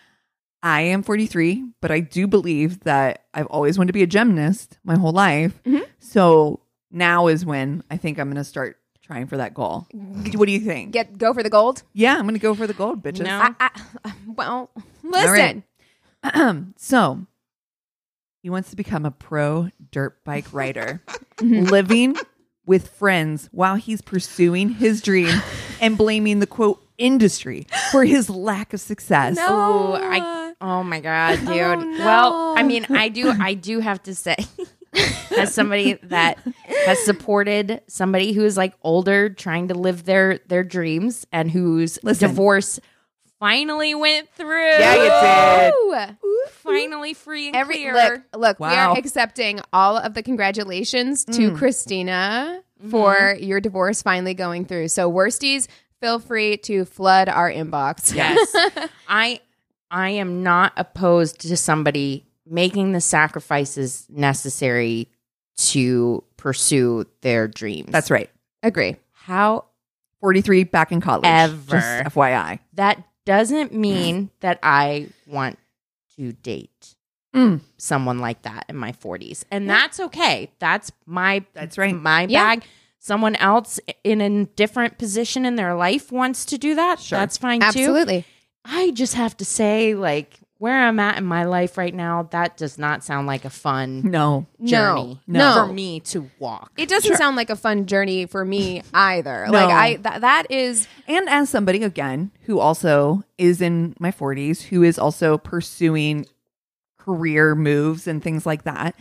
I am 43, but I do believe that I've always wanted to be a gymnast my whole life. So now is when I think I'm going to start trying for that goal. What do you think? Get Go for the gold? yeah, I'm going to go for the gold, bitches. Ah, No. I, I, uh, well, All listen. right. so he wants to become a pro dirt bike rider, living with friends while he's pursuing his dream and blaming the quote industry for his lack of success. Ooh, No. I, oh my god, dude. no. Well, I mean, I do I do have to say as somebody that has supported somebody who is like older trying to live their their dreams and whose Listen. divorce finally went through. Yeah, you did. Ooh. Finally free and Every clear. look, look, we Wow. are accepting all of the congratulations to Christina for your divorce finally going through. So worsties, feel free to flood our inbox. Yes. I I am not opposed to somebody making the sacrifices necessary to pursue their dreams. That's right. Agree. how 43 back in college. Ever. Just FYI. that doesn't Mm. mean that I want to date Mm. someone like that in my 40s. And that's okay. That's my That's right. my Yeah. bag. Someone else in a different position in their life wants to do that. Sure. That's fine too. Absolutely. I just have to say, like, where I'm at in my life right now, that does not sound like a fun No. journey No. for me to walk. It doesn't sound like a fun journey for me either. Like No. I th- that is And as somebody again who also is in my 40s, who is also pursuing career moves and things like that,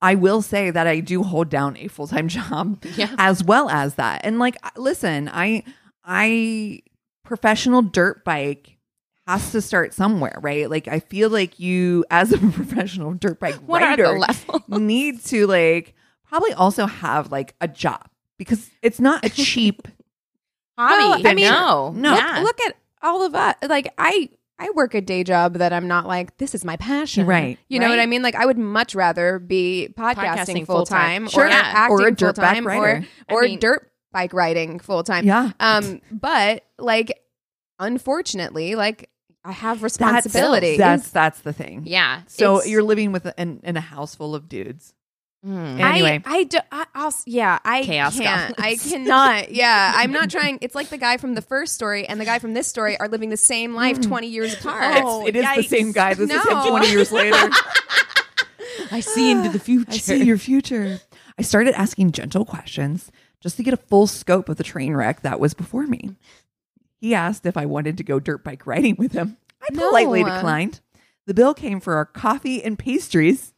I will say that I do hold down a full-time job Yeah. as well as that. And like I- listen, I I professional dirt bike has to start somewhere, right? Like I feel like you as a professional dirt bike what rider are the levels? need to like probably also have like a job because it's not a cheap Well, I mean, no, no. Yeah. look, look at all of us. Like I I work a day job that I'm not like this is my passion. Right. You know what Right. I mean? Like I would much rather be podcasting, Podcasting full full-time. time Sure. or Yeah. acting Or a full dirt bike time or rider. I or mean- dirt bike riding full time. Yeah. Um but like unfortunately like I have responsibilities. That's that's the thing. yeah. So it's- you're living with in, in a house full of dudes. Mm. Anyway, Hmm. I, I do, I also, yeah, I Chaos can't. I goblins. cannot. Yeah, I'm not trying. It's like the guy from the first story and the guy from this story are living the same life 20 years apart. It's- it is the same guy. This is him No. 20 years later. I see into the future. I see your future. I started asking gentle questions just to get a full scope of the train wreck that was before me. He asked if I wanted to go dirt bike riding with him. I No. politely declined. The bill came for our coffee and pastries,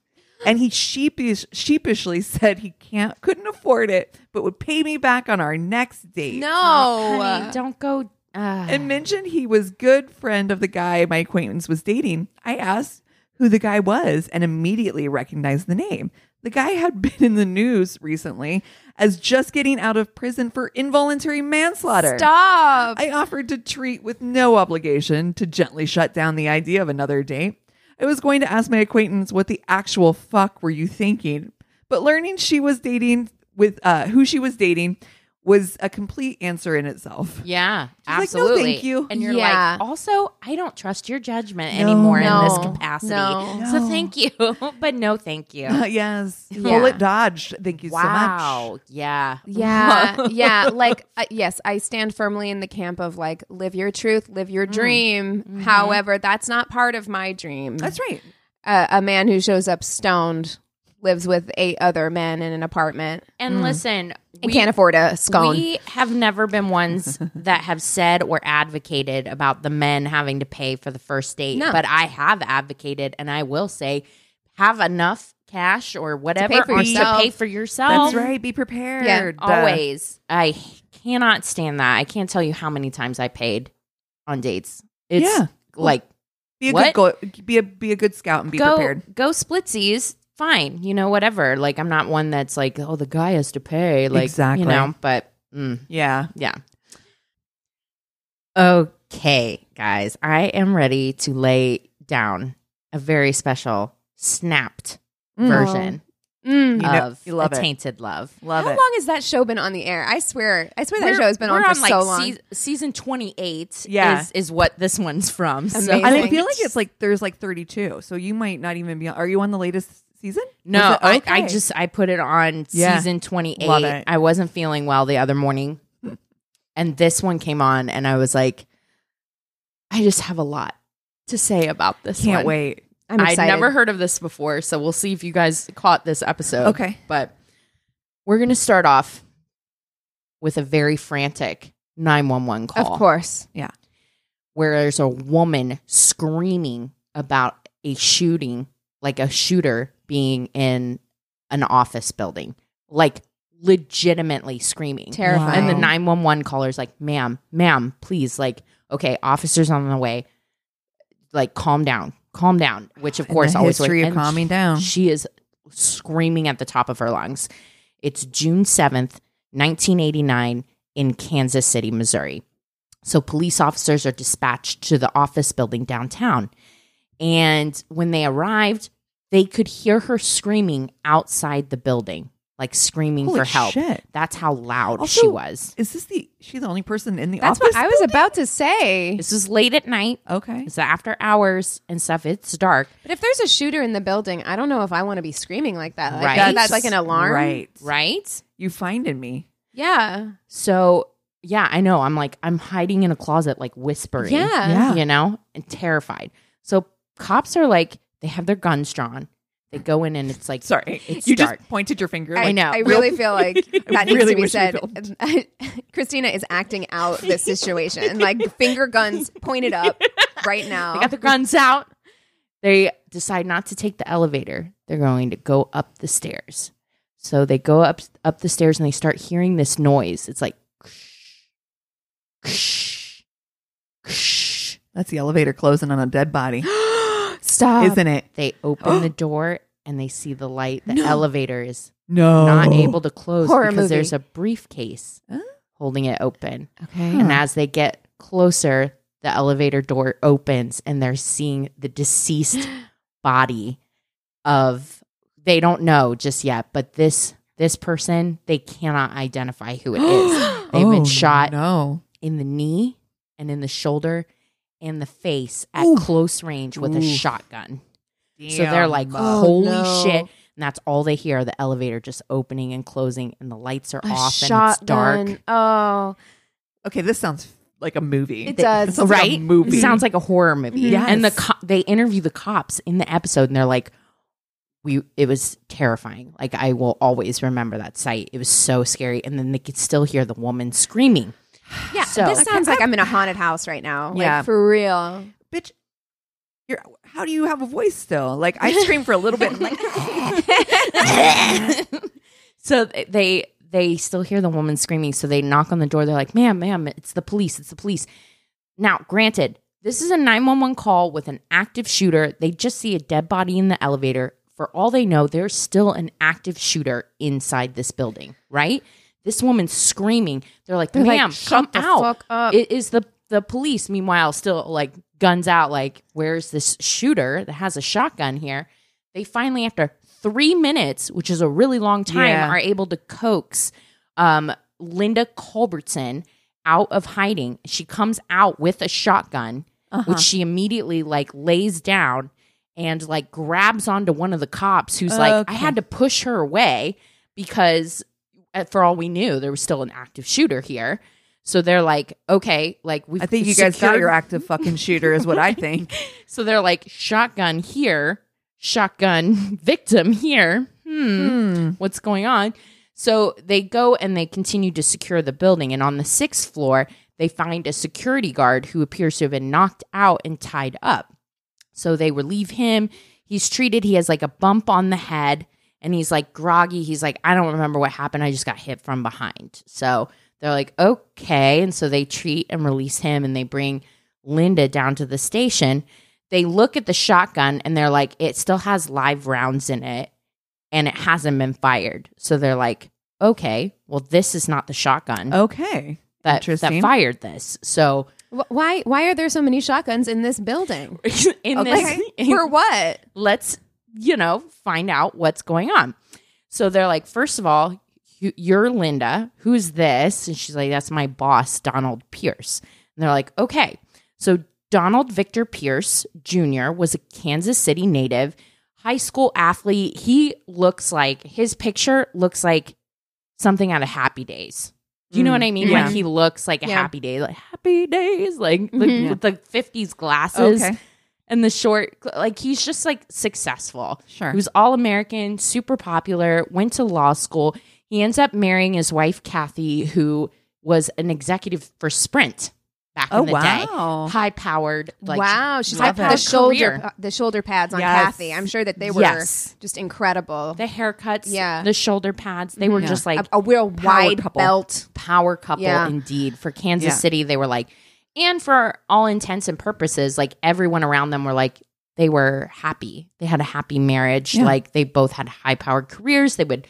and he sheepish, sheepishly said he can't couldn't afford it, but would pay me back on our next date. No. Honey, don't go. Uh, and mentioned he was good friend of the guy my acquaintance was dating. I asked who the guy was and immediately recognized the name. The guy had been in the news recently as just getting out of prison for involuntary manslaughter. Stop. I offered to treat with no obligation to gently shut down the idea of another date. I was going to ask my acquaintance what the actual fuck were you thinking, but learning she was dating with uh, who she was dating was a complete answer in itself. yeah, like, "No, absolutely. thank you." And you're Yeah. like, also, I don't trust your judgment No. anymore in this No. capacity. No. So thank you, but no, thank you. Uh, yes. Yeah. Bullet dodged. Thank you so much. wow. Yeah. Yeah, yeah. Like, uh, yes, I stand firmly in the camp of like, live your truth, live Mm. your dream. Mm-hmm. However, that's not part of my dream. That's right. Uh, a man who shows up stoned lives with eight other men in an apartment And listen, and can't afford a scone. We have never been ones that have said or advocated about the men having to pay for the first date. No. But I have advocated, and I will say, have enough cash or whatever pay for on- yourself. pay for yourself. That's right. Be prepared. Uh, Um, Always. I cannot stand that. I can't tell you how many times I paid on dates. It's Yeah. like Be a What? good go- be a be a good scout and be go prepared. go splitsies. Fine, you know whatever. Like I'm not one that's like, oh, the guy has to pay. Like Exactly. you know, but. Mm. Yeah. Yeah. Okay, guys, I am ready to lay down a very special snapped version Mm. You know- of you love a it. tainted love. Love How it. long has that show been on the air? I swear, I swear that We're- show has been on we're for like so long. seas- season twenty eight. Yeah. is, is what this one's from. So Amazing. And I Like- feel like it's like there's like 32, so you might not even be. On, are you on the latest season? no, Was it- I, I okay. just I put it on Yeah. season twenty Love eight. it. I wasn't feeling well the other morning, and this one came on, and I was like, I just have a lot to say about this. can't one. wait. I'm excited. I'd never heard of this before, so we'll see if you guys caught this episode. Okay. But we're going to start off with a very frantic 911 of call. course. Where there's a woman screaming about a shooting, like a shooter being in an office building, like legitimately screaming. Terrifying. And the Wow. 911 caller's like, ma'am, ma'am, please, like, okay, officer's on the way. Like, calm down, calm down, which of In course the always history of and calming she- down. She is screaming at the top of her lungs. It's June 7th, 1989, in Kansas City, Missouri. So, police officers are dispatched to the office building downtown. And when they arrived, they could hear her screaming outside the building, like screaming Holy for help. shit. That's how loud she Also- was. Is this the? She the only person in the That's office? what I was about to say. This is late at night. okay. It's after hours and stuff. It's dark. But if there's a shooter in the building, I don't know if I want to be screaming like that. Like, Right. That's, That's like an alarm. Right. Right? You finding me? Yeah. So, yeah, I know. I'm like, I'm hiding in a closet, like whispering. Yeah. Yeah. You know, and terrified. So, cops are like, they have their guns drawn. They go in and it's like, Sorry. It's you dark. just pointed your finger. I I like, know. I really feel like that needs really to be wish we said. Christina is acting out this situation, like finger guns pointed up right now. They got their guns out. They decide not to take the elevator. They're going to go up the stairs. So they go up up the stairs and they start hearing this noise. It's like That's the elevator closing on a dead body, stop. isn't it? They open the door and they see the light. The elevator is No. not able to close Horror because movie. there's a briefcase Huh? holding it open. okay. And as they get closer, the elevator door opens and they're seeing the deceased body of they don't know just yet, but this this person, they cannot identify who it is. They've been shot No. in the knee and in the shoulder and the face at Ooh. close range with a Ooh. shotgun. So they're like, Oh, holy no. shit. And that's all they hear the elevator just opening and closing, and the lights are A off and it's shotgun. dark. Oh, Okay, this sounds like a movie. It does. sounds like a right? movie. It sounds like a horror movie. Yes. And the co- they interview the cops in the episode, and they're like, "We, it was terrifying. Like I will always remember that sight. It was so scary." And then they could still hear the woman screaming. yeah. So- this sounds like I'm in a haunted house right now. Yeah. Like for real. bitch. You're, how do you have a voice still? Like I scream for a little bit. And like, so th- they they still hear the woman screaming. So they knock on the door. They're like, "Ma'am, ma'am, it's the police! It's the police!" Now, granted, this is a nine one one call with an active shooter. They just see a dead body in the elevator. For all they know, there's still an active shooter inside this building. Right? This woman's screaming. They're like, like, "Ma'am, come "Shut the out!" fuck up." It is the the police. Meanwhile, still like guns out. Like, where's this shooter that has a shotgun here? they finally after three minutes which is a really long time Yeah. are able to coax um, linda culbertson out of hiding she comes out with a shotgun Uh-huh. which she immediately like lays down and like grabs onto one of the cops who's like i Okay. had to push her away because uh, for all we knew there was still an active shooter here so they're like okay like we I think you guys got your active fucking shooter, is what I think. so they're like shotgun here, shotgun victim here. Hmm. hmm, what's going on? So they go and they continue to secure the building. And on the sixth floor, they find a security guard who appears to have been knocked out and tied up. So they relieve him. He's treated. He has like a bump on the head and he's like groggy. He's like, I don't remember what happened. I just got hit from behind. So they're like, okay. And so they treat and release him and they bring Linda down to the station. They look at the shotgun and they're like, it still has live rounds in it and it hasn't been fired. So they're like, okay, well, this is not the shotgun Okay. that, that Oh, interesting. fired this. So Wh- Why? Why are there so many shotguns in this building? in Like, this, in- for what? let's, you know, find out what's going on. So they're like, first of all, you- you're Linda. Who's this? And she's like, that's my boss, Donald Pierce. And they're like, okay. So Donald Victor Pierce Jr. was a Kansas City native, high school athlete. He looks like his picture looks like something out of Happy Days. Do you know Mm, what I mean? yeah. Mm-hmm. Like he looks like a Yeah. Happy Day, like Happy Days, like the- Mhm. with the fifties glasses Okay. and the short. Like he's just like successful. Sure. He was all American, super popular, went to law school. He ends up marrying his wife, Kathy, who was an executive for Sprint back Oh in the day. wow. High powered. Like, wow, she's high got the powered shoulder career. the shoulder pads on Yes. Kathy. I'm sure that they were Yes. just incredible. The haircuts, Yeah. the shoulder pads. They were Mm-hmm. Yeah. just like a, a real wide couple. belt. power couple Yeah. indeed for Kansas Yeah. City. They were like, and for all intents and purposes, like everyone around them were like, they were happy. They had a happy marriage. Yeah. Like they both had high powered careers. They would,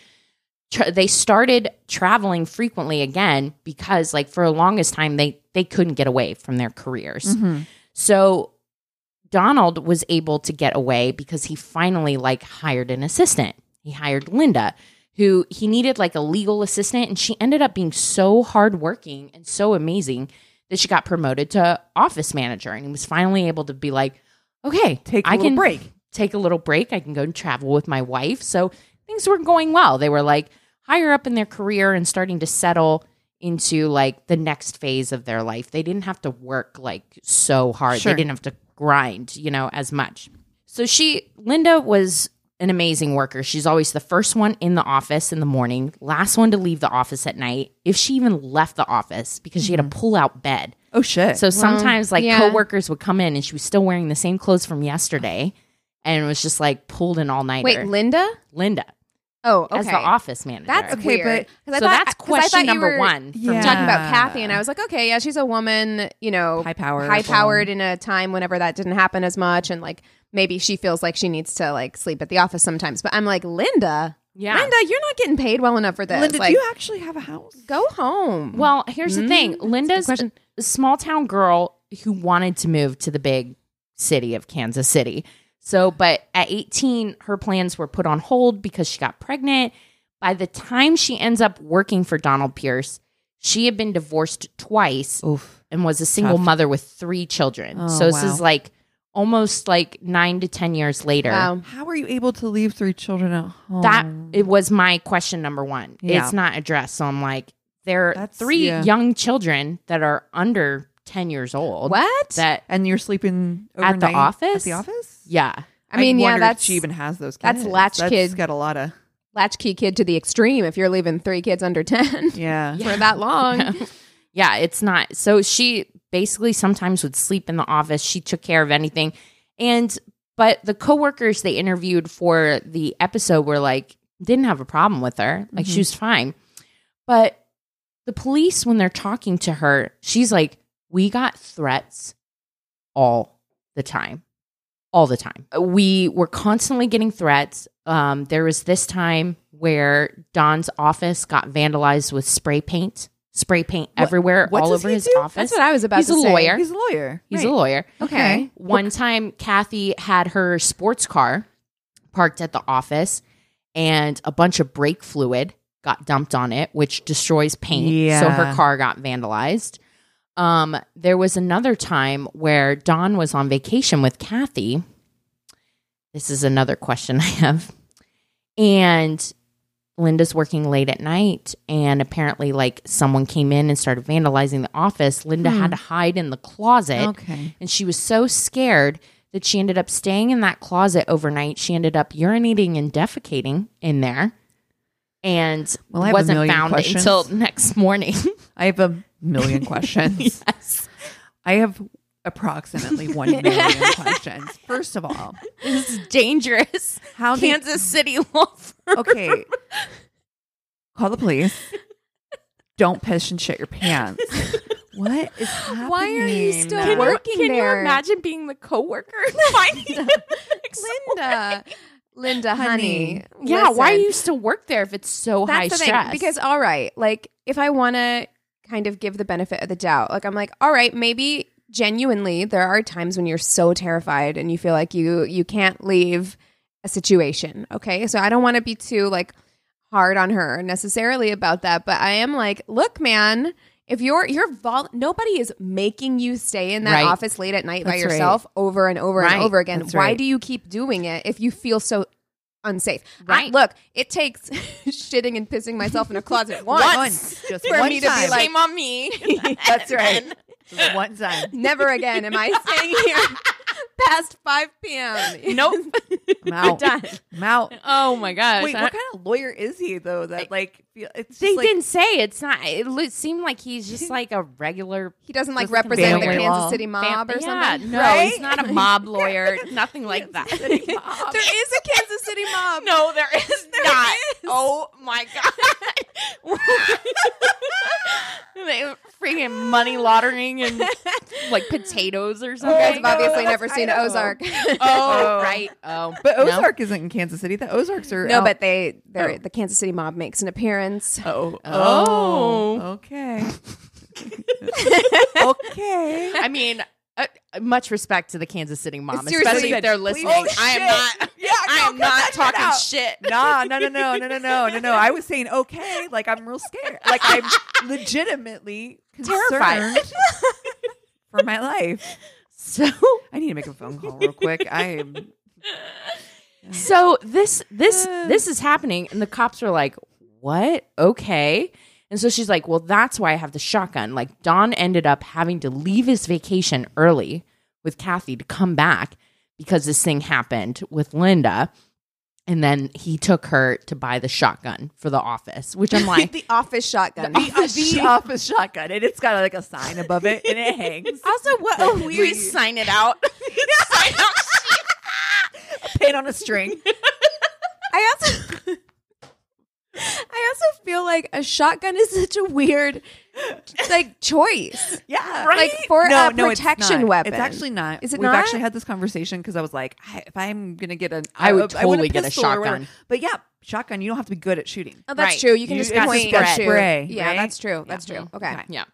tra- they started traveling frequently again because like for the longest time they they couldn't get away from their careers. Mhm. So Donald was able to get away because he finally like hired an assistant. He hired Linda, who he needed like a legal assistant, and she ended up being so hardworking and so amazing that she got promoted to office manager, and he was finally able to be like, okay, Take a I little can break. take a little break. I can go and travel with my wife. So things were going well. They were like higher up in their career and starting to settle into like the next phase of their life. They didn't have to work like so hard. Sure. They didn't have to grind, you know, as much. So she, Linda was an amazing worker. She's always the first one in the office in the morning, last one to leave the office at night, if she even left the office because she had a pull out bed. Oh shit. So sometimes like yeah. coworkers would come in and she was still wearing the same clothes from yesterday and was just like pulled an all nighter. Wait, Linda? Linda Oh, okay. as the office manager. That's Okay, weird. so that's question number one. Yeah. From Talking Talking about Kathy, and I was like, okay, yeah, she's a woman, you know, High powered. high powered in a time whenever that didn't happen as much, and like maybe she feels like she needs to like sleep at the office sometimes. But I'm like, Linda, yeah. Linda, you're not getting paid well enough for this. Linda, like, do you actually have a house? go home. Well, here's the thing. Linda's Hmm. question. a small town girl who wanted to move to the big city of Kansas City. So, but at 18, her plans were put on hold because she got pregnant. By the time she ends up working for Donald Pierce, she had been divorced twice Oof. and was a single Tough. mother with three children. Oh, so this wow. is like almost like nine to ten years later. wow. How are you able to leave three children at home? That it was my question number one. Yeah. It's not addressed, so I'm like, there are That's- three yeah. young children that are under ten years old. What? That and you're sleeping At the overnight office? At the office? yeah. I mean, yeah, wonder if that's she even has those. that's Kids. latch kid. Got a lot of latchkey kid to the extreme. If you're leaving three kids under ten yeah. for that long, yeah, it's not. So she basically sometimes would sleep in the office. She took care of anything. And but the coworkers they interviewed for the episode were like didn't have a problem with her. Like she was fine. But the police when they're talking to her, she's like we got threats all the time. All the time. Uh, We were constantly getting threats. Um, there was this time where Don's office got vandalized with spray paint, spray paint What- everywhere, what all does over he his do? office. that's what I was about. He's to a say. lawyer. He's a lawyer. He's a Right. lawyer. Okay. One time, Kathy had her sports car parked at the office, and a bunch of brake fluid got dumped on it, which destroys paint. So her Yeah. car got vandalized. Um, there was another time where Don was on vacation with Kathy. This is another question I have. And Linda's working late at night, and apparently, like someone came in and started vandalizing the office. Linda had to hide in the closet Hmm. Okay. and she was so scared that she ended up staying in that closet overnight. She ended up urinating and defecating in there and Well, I have a wasn't million found questions. until next morning. I have a million questions. yes. I have approximately 1 million questions. First of all, This is dangerous. how did- Kansas City law firm. Okay. Call the police. Don't piss and shit your pants. What is happening? Why are you still Can you- working can there? you imagine being the coworker and finding the next Linda, Linda, honey. Honey. Yeah, why listen. you still work there if it's so high That's the stress? thing. Because all right, like if I want to kind of give the benefit of the doubt, like I'm like, all right, maybe genuinely there are times when you're so terrified and you feel like you you can't leave a situation. Okay, so I don't want to be too like hard on her necessarily about that, but I am like, look, man. If you're you're vol- nobody is making you stay in that Right. office late at night by That's right. yourself over and over Right. and over again. That's Why right. do you keep doing it if you feel so unsafe. I, Right. look, it takes shitting and pissing myself in a closet once. Once. Just For one me to be time. like- Shame on me. That's right. Just one time. Never again am I staying here past 5 p.m. nope. I'm out. done. I'm out. Oh my gosh. Wait, I- what kind of lawyer is he though? That like feel- it's they just, like, didn't say it's not. It lo- seemed like he's just like a regular He doesn't like Just represent the family Kansas law. City mob fam- or Yeah, something. No, he's not a mob lawyer. Nothing like that. There is a Kansas City mob. no, there is not. Oh my god. they freaking money laundering and Oh, like potatoes or something. You guys have obviously no, never that's seen Idaho. Ozark. Oh, right. Oh, But no. Ozark isn't in Kansas City. The Ozarks are no, out- but they they're, Oh. the Kansas City mob makes an appearance. oh Oh. okay okay. I mean, uh, much respect to the Kansas City mom, Seriously, especially if they're please. listening. Oh, I am shit. not. Yeah, I no, am cut not that shit talking out. shit. Nah, no, no, no, no, no, no, no, no. I was saying okay, like I'm real scared. Like I'm legitimately Terrified. terrified for my life. So, I need to make a phone call real quick. I am so this this this is happening, and the cops are like, "What? Okay." And so she's like, "Well, that's why I have the shotgun." Like Don ended up having to leave his vacation early with Kathy to come back because this thing happened with Linda. And then he took her to buy the shotgun for the office, which I'm like, the office shotgun. the, the office shotgun, and it's got like a sign above it, and it hangs. Also, what a weird we- sign it out. Sign out sheet. pin on a string. I also I also feel like a shotgun is such a weird like choice. Yeah, Like, for a it's protection not. weapon. It's actually not. Is it We've not? actually had this conversation because I was like, I, if I'm gonna get an, uh, I would I want totally get a pistol or whatever. shotgun. But yeah, shotgun. You don't have to be good at shooting. Oh, that's Right. true. You can You just just point gotta and shoot. spray, Yeah, right? that's true. That's true. Okay. Yeah.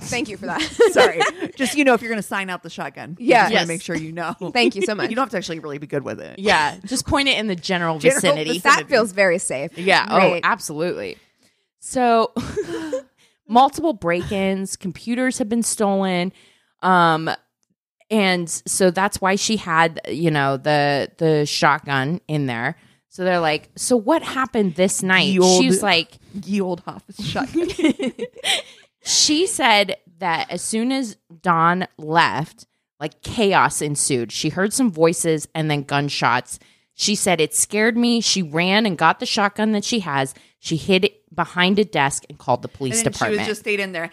Thank you for that. Sorry, just you know, if you're gonna sign out the shotgun, you Yeah. just Yes. want to make sure you know. Thank you so much. You don't have to actually really be good with it. Yeah. Just point it in the general General vicinity. vicinity. that feels very safe. Yeah. Oh, Right. absolutely. So, multiple break ins, computers have been stolen. Um, and so that's why she had, you know, the the shotgun in there. So they're like, so what happened this night? The old- She's like, Ye old office shotgun. she said that as soon as Dawn left, like chaos ensued. She heard some voices and then gunshots. She said it scared me. She ran and got the shotgun that she has. She hid it behind a desk and called the police and she department, was just stayed in there.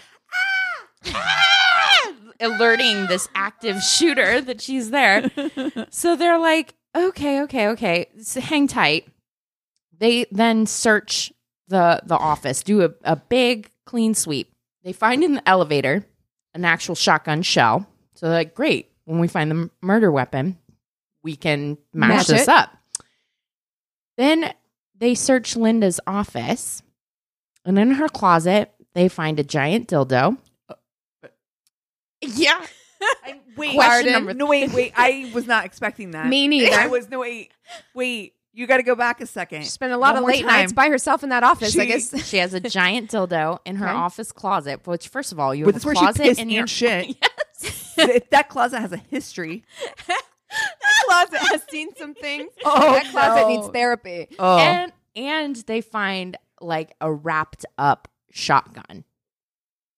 Ah! alerting this active shooter that she's there. so they're like, okay, okay, okay, so hang tight. They then search the the office, do a, a big clean sweep. They find in the elevator an actual shotgun shell. So they're like, great. When we find the m- murder weapon, we can match, Match this it. up. Then they search Linda's office, and in her closet, they find a giant dildo. Yeah. Wait, Question Arden. number- no, wait, wait. I was not expecting that. Me neither. I was no wait, wait. You got to go back a second. She spent a lot One of more late time. nights by herself in that office, I She- guess. She has a giant dildo in her Okay. office closet, which first of all, you But have that's a where she closet pissed in and your shit. If that closet has a history. closet has seen some things. Oh, that closet no. needs therapy. Oh, and and they find like a wrapped up shotgun.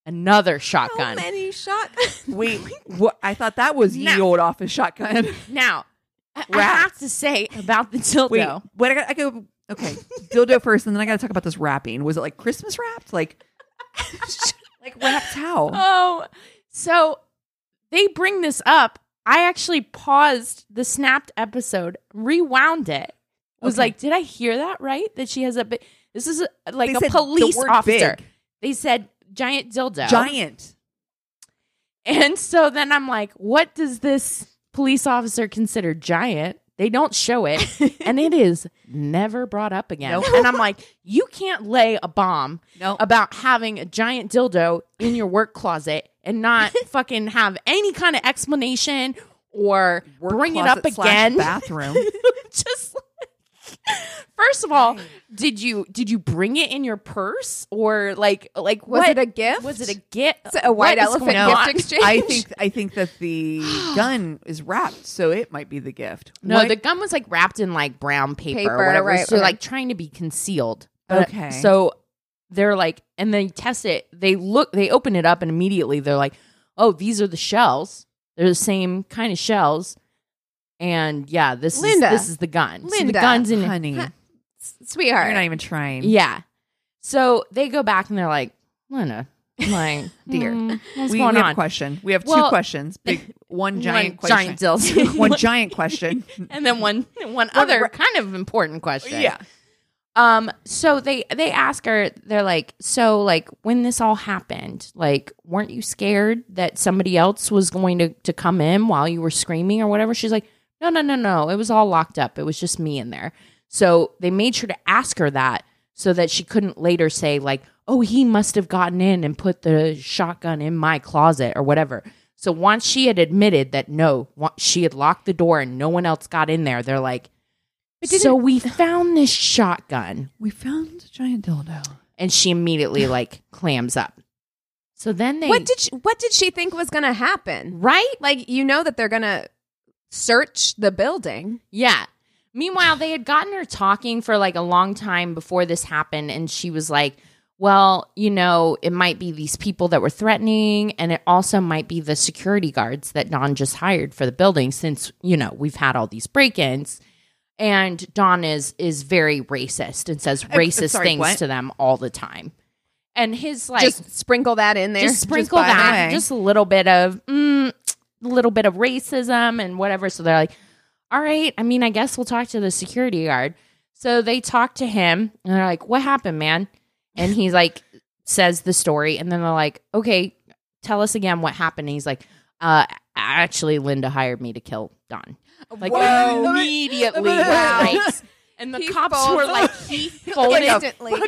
another shotgun. many shotguns? Wait, what? I thought that was ye No. old off his shotgun. Now, I- I Rats. have to say about the dildo. Wait, what? I got, I go okay, dildo first, and then I got to talk about this wrapping. Was it like Christmas wrapped? Like, like wrapped how? Oh, so they bring this up. I actually paused the snapped episode, rewound it. Was Okay. like, did I hear that right? That she has a big. This is a, like They a said the police word officer. big. They said giant dildo. Giant. And so then I'm like, what does this police officer consider giant? They don't show it. and it is never brought up again. Nope. And I'm like, you can't lay a bomb No. about having a giant dildo in your work closet and not fucking have any kind of explanation or bring it up Closet slash again. Bathroom. Just like- First of all, did you did you bring it in your purse or like like Was what it a gift? was it a gift a white elephant gift exchange? exchange? I think I think that the gun is wrapped, so it might be the gift. No, What- the gun was like wrapped in like brown paper, Paper, or whatever. right, so right. like trying to be concealed. uh, Okay. So they're like, and they test it. They look, they open it up, and immediately they're like, "Oh, these are the shells. They're the same kind of shells." And yeah, this Linda. is this is the gun. So the Linda. guns in it. honey, you're Sweetheart. not even trying. Yeah. So they go back and they're like, "Linda, I'm like Dear. "Hmm, what's we, going we have on?" a question. We have two Well- questions. Big one giant one question. giant dildo, one giant question. and then one one other ra- kind of important question. Um, so they they ask her, they're like, so like when this all happened, like weren't you scared that somebody else was going to to come in while you were screaming or whatever? She's like, no, no, no, no, it was all locked up. It was just me in there. So they made sure to ask her that so that she couldn't later say like, oh, he must have gotten in and put the shotgun in my closet or whatever. So once she had admitted that no, wa- she had locked the door and no one else got in there, they're like. So we found this shotgun We found a giant dildo. and she immediately like clams up. So then they What did she, what did she think was going to happen? right? Like you know that they're going to search the building. Yeah. Meanwhile, they had gotten her talking for like a long time before this happened and she was like, "Well, you know, it might be these people that were threatening and it also might be the security guards that Don just hired for the building since, you know, we've had all these break-ins." And Don is is very racist and says I'm racist sorry, things what? to them all the time. And his like just sprinkle that in there. just sprinkle by the that, way. just a little bit of, mm, a little bit of racism and whatever. So they're like, all right. I mean, I guess we'll talk to the security guard. So they talk to him and they're like, what happened, man? And he's like, says the story. And then they're like, okay, tell us again what happened. And he's like, uh, actually, Linda hired me to kill Don. Like Whoa. immediately, Wow. right? And the He cops folds- were like, he folded Instantly.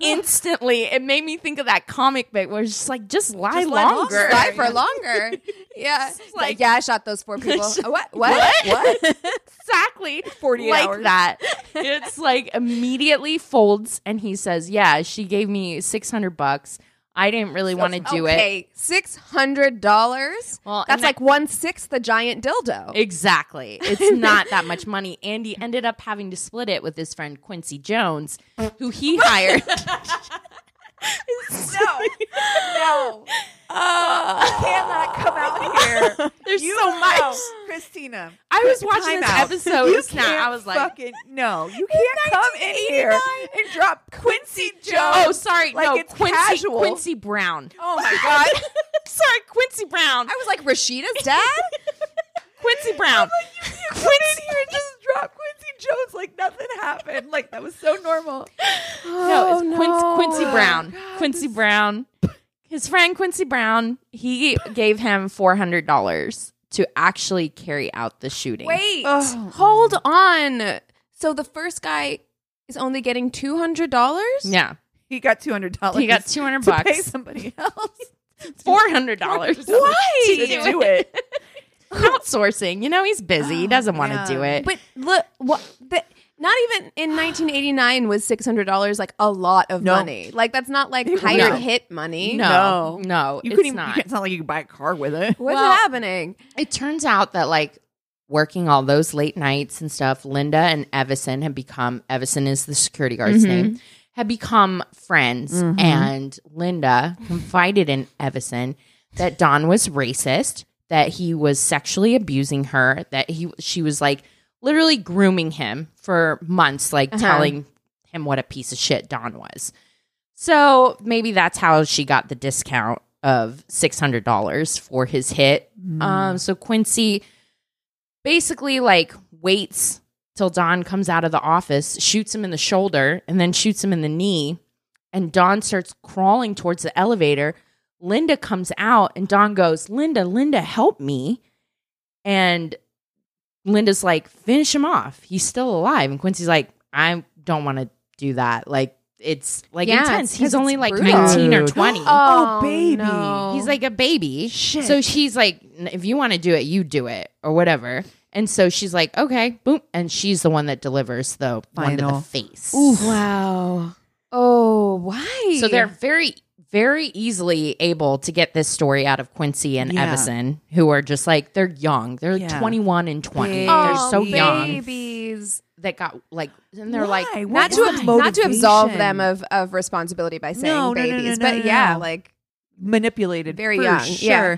instantly. It made me think of that comic book where it's just like just lie Just lie longer. longer. Lie for longer. Yeah. like- Like, yeah, I shot those four people. Uh, what? What? What? exactly. 48 like hours. that. It's like immediately folds and he says, "Yeah, she gave me 600 bucks. I didn't really want to do it." okay, six hundred dollars. Well, that's and like one sixth the giant dildo. Exactly. It's not that much money. Andy ended up having to split it with his friend Quincy Jones, who he hired. no. No, cannot come out here. There's Ah. so much. Christina. I was watching Time this out. episode You of Snap. I can't was like, fucking, no, you can't come in here and drop Quincy Jones. Oh, sorry. like no, it's Quincy, casual. Quincy Brown. Oh my god. sorry, Quincy Brown. I was like Rashida's dad. Quincy Brown. you come in here and just drop Quincy Jones like nothing happened. Like that was so normal. no, it's Quincy, Quincy no. Brown. God, Quincy Brown. His friend Quincy Brown, he gave him $400 to actually carry out the shooting. Wait, Oh. hold on. So the first guy is only getting two hundred dollars. Yeah. He got two hundred dollars. He got 200 to pay bucks. somebody else. $400. Why? To To do do it. Outsourcing. You know, he's busy. He doesn't want man. to do it. Um, But look, what? The, not even in 1989 was six hundred dollars like a lot of No. money. Like that's not like were hired not. hit money. no. No. You it's couldn't even, not. It's not like you could buy a car with it. what's Well- happening? It turns out that like working all those late nights and stuff, Linda and Evison have become Evison is the security guard's name. had become friends, and Linda confided in Evison that Don was racist, that he was sexually abusing her, that he she was like literally grooming him for months, like telling him what a piece of shit Don was. So maybe that's how she got the discount of six hundred dollars for his hit. Um, so Quincy basically like waits till Don comes out of the office, shoots him in the shoulder, and then shoots him in the knee. And Don starts crawling towards the elevator. Linda comes out, and Don goes, "Linda, Linda, help me!" And Linda's like, "Finish him off. He's still alive." And Quincy's like, "I don't want to do that. Like, it's like Yeah, intense. it's- He's only it's like brutal. nineteen or Dude. twenty. Oh, baby. no. He's like a baby. Shit. So she's like, "N- if you want to do it, you do it or whatever. And so she's like, okay, boom. And she's the one that delivers the one to Final. the face. wow. Oh, why? So they're very, very easily able to get this story out of Quincy and Yeah. Evison, who are just like, they're young. They're Yeah. 21 and 20. Big they're Oh, so young. babies. That got like, and they're Why? What like, Not to was ab- the not to absolve motivation? them of of responsibility by saying No, no, no, no, babies, no, but no, yeah, no. like manipulated Very for young, sure. yeah.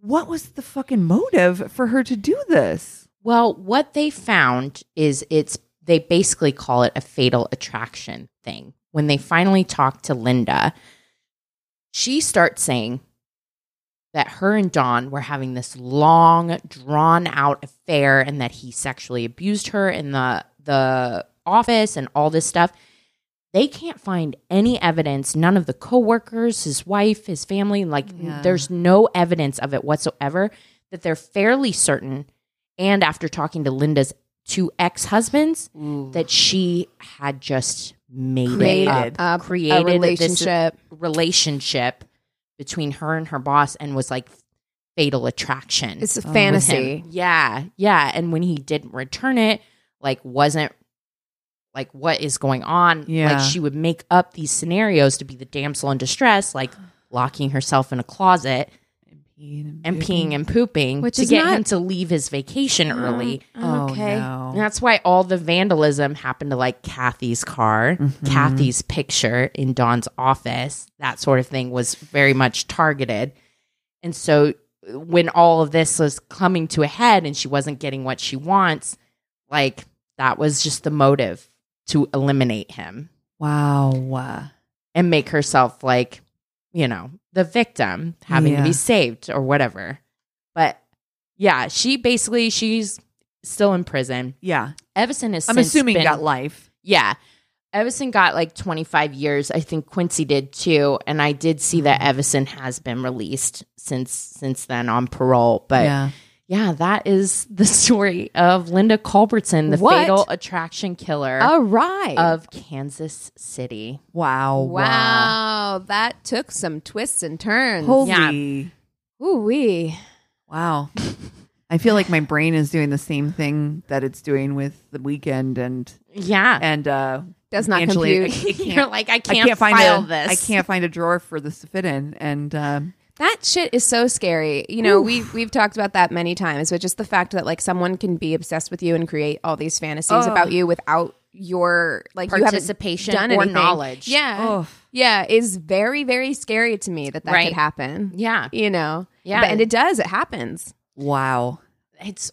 What was the fucking motive for her to do this? Well, what they found is it's they basically call it a fatal attraction thing. When they finally talk to Linda, she starts saying that her and Don were having this long, drawn out affair and that he sexually abused her in the the office and all this stuff. They can't find any evidence, none of the coworkers, his wife, his family, like Yeah. there's no evidence of it whatsoever that they're fairly certain and after talking to Linda's two ex-husbands that she had just made made it up, a, created a this- relationship. relationship between her and her boss and was like fatal attraction. It's a with with him. fantasy. Yeah. Yeah. And when he didn't return it, like wasn't like what is going on? Yeah. Like she would make up these scenarios to be the damsel in distress, like locking herself in a closet and peeing and pooping Mm-hmm. Which to is get not- him to leave his vacation early. Oh, okay. And Oh, that's why all the vandalism happened to like Kathy's car, Mm-hmm. Kathy's picture in Don's office, that sort of thing was very much targeted. And so when all of this was coming to a head and she wasn't getting what she wants, like that was just the motive to eliminate him Wow. and make herself like, you know, the victim having to Yeah. be saved or whatever. But yeah, she basically she's still in prison. Yeah. Evison is I'm since assuming been- got life. yeah. Evison got like 25 years. I think Quincy did too, and I did see that Evison has been released since since then on parole. But yeah, that is the story of Linda Culbertson, the What? fatal attraction killer Oh. All right. of Kansas City. Wow. wow, that took some twists and turns. Holy. Ooh wee. Wow. I feel like my brain is doing the same thing that it's doing with the weekend and Yeah. and uh Does not Angela- compute. it can't- You're like, I I can't, can't find file a, this. I can't find a drawer for this to fit in and um That shit is so scary. You know, we we've talked about that many times, but just the fact that like someone can be obsessed with you and create all these fantasies about you without your like you haven't Participation done or anything. knowledge. Yeah, Oh. yeah, is very very scary to me that that Right. could happen. Yeah. You know, Yeah. but, and it does. It happens. wow. It's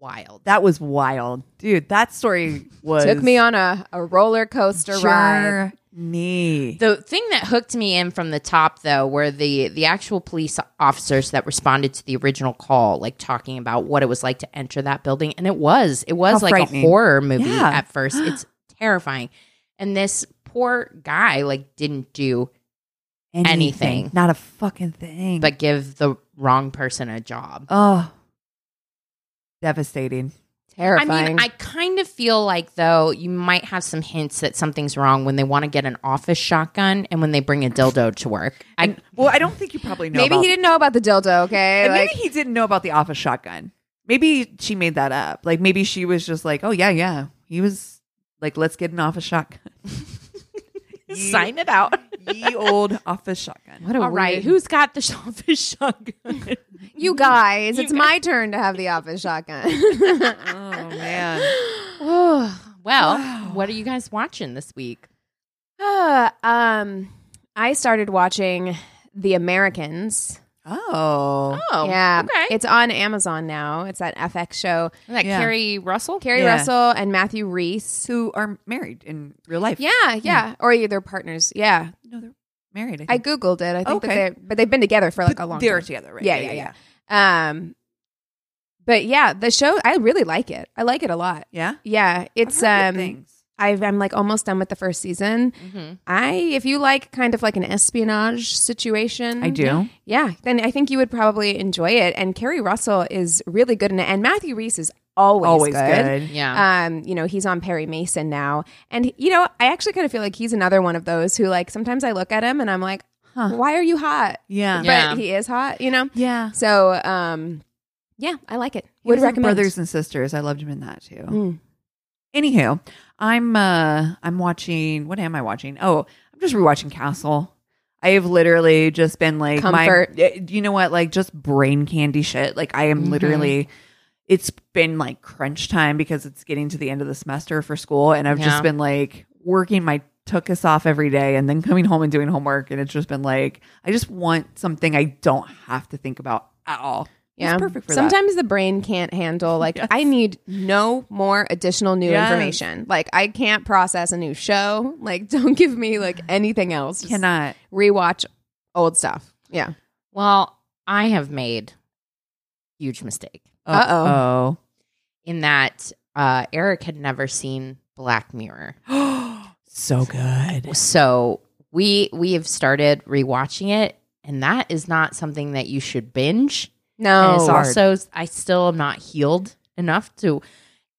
wild. That was wild. Dude, that story was Took me on a, a roller coaster ride. journey. The thing that hooked me in from the top, though, were the the actual police officers that responded to the original call, like talking about what it was like to enter that building, and it was it was How like a frightening. horror movie Yeah. at first. It's terrifying, and this poor guy like didn't do Anything. Not a fucking thing. but give the wrong person a job. oh, devastating. Terrifying. I mean, I kind of feel like though you might have some hints that something's wrong when they want to get an office shotgun and when they bring a dildo to work. I, Well, I don't think you probably know. maybe about- he didn't know about the dildo. Okay, And like maybe he didn't know about the office shotgun. Maybe she made that up. Like maybe she was just like, oh yeah, yeah. He was like, let's get an office shotgun. Ye- sign it out. Ye old office shotgun. What a All All right, who's got the selfish shotgun? you guys, it's my turn to have the office shotgun. Oh man. well, what are you guys watching this week? Uh, um, I started watching The Americans. Oh. Oh, yeah, Okay. it's on Amazon now. It's that FX show. Isn't that Yeah. Carrie Russell? Carrie Yeah. Russell and Matthew Reese. Who are married in real life. Yeah, yeah, or their partners. Yeah, No, they're married. I I think. googled it. I think Okay. that they but they've been together for like But a long. They're time. together, right? Yeah, yeah, yeah. Um, but yeah, the show I really like it. I like it a lot. Yeah? Yeah, it's I've heard good um, things. I've, I'm like almost done with the first season. Mhm. I, if you like kind of like an espionage situation, I do. Yeah, then I think you would probably enjoy it. And Carrie Russell is really good in it, and Matthew Reese is always, Always good. good. Yeah. Um, you know, he's on Perry Mason now, and you know, I actually kind of feel like he's another one of those who, like, sometimes I look at him and I'm like, Huh. why are you hot? Yeah. Yeah. But he is hot, you know. Yeah. So, um, yeah, I like it. He Would was in recommend. Brothers and Sisters. I loved him in that too. Mm. Anywho, I'm uh I'm watching what am I watching? Oh, I'm just rewatching Castle. I have literally just been like Comfort. Mm-hmm. my eh, you know what, like just brain candy shit. Like I am literally it's been like crunch time because it's getting to the end of the semester for school and I've Yeah. just been like working my took us off every day and then coming home and doing homework and it's just been like I just want something I don't have to think about at all. It's Yeah, perfect for that. sometimes the brain can't handle. Like, Yes. I need no more additional new Yes. information. Like, I can't process a new show. Like, don't give me like anything else. Just cannot rewatch old stuff. Yeah. well, I have made huge mistake Uh-oh. in that uh, Eric had never seen Black Mirror, so good. so we we have started rewatching it, and that is not something that you should binge. No. and it's hard. also I still am not healed enough to.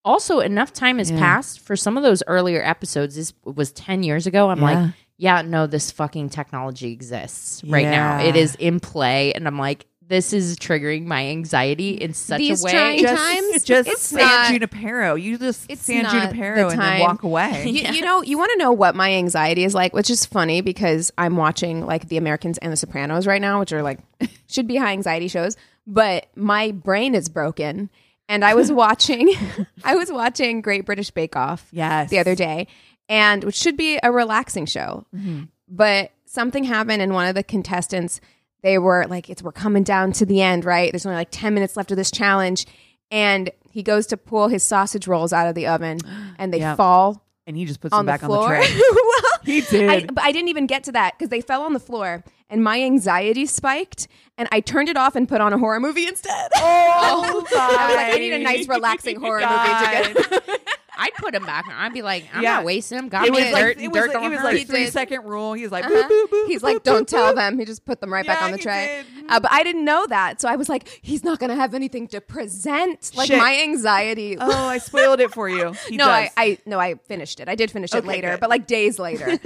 Also, enough time has Yeah. passed for some of those earlier episodes. This was ten years ago. I'm like, Yeah. yeah, no, this fucking technology exists right now. Yeah. It is in play, and I'm like, this is triggering my anxiety in such These a way. trying just, times, just it's San not- Junipero. You just it's San not Junipero the and then time. walk away. You, you know, you want to know what my anxiety is like, which is funny because I'm watching like The Americans and The Sopranos right now, which are like should be high anxiety shows, but my brain is broken. And I was watching, I was watching Great British Bake Off yes. the other day, and which should be a relaxing show, Mm-hmm. but something happened, and one of the contestants, they were like, "It's we're coming down to the end, right? There's only like ten minutes left of this challenge," and he goes to pull his sausage rolls out of the oven, and they Yep. fall And he just puts on them the back on the floor. tray. Well, He did. I, but I didn't even get to that because they fell on the floor, and my anxiety spiked, and I turned it off and put on a horror movie instead. oh, I was like, I need a nice, relaxing horror movie to get. I'd put him back. I'd be like, I'm Yeah. not wasting him. God, It was Dirt- like, it was, dirt like- on it was her. like He did. three second rule. He's like, Uh-huh. boop, boop, boop, He's boop, like, boop, don't boop, tell boop. them. He just put them right back Yeah, on the he tray. did. Uh, but I didn't know that, so I was like, he's not going to have anything to present. Like Shit. my anxiety. Oh, I spoiled it for you. He no, I, does. I no, I finished it. I did finish it Okay, later, good. but like days later.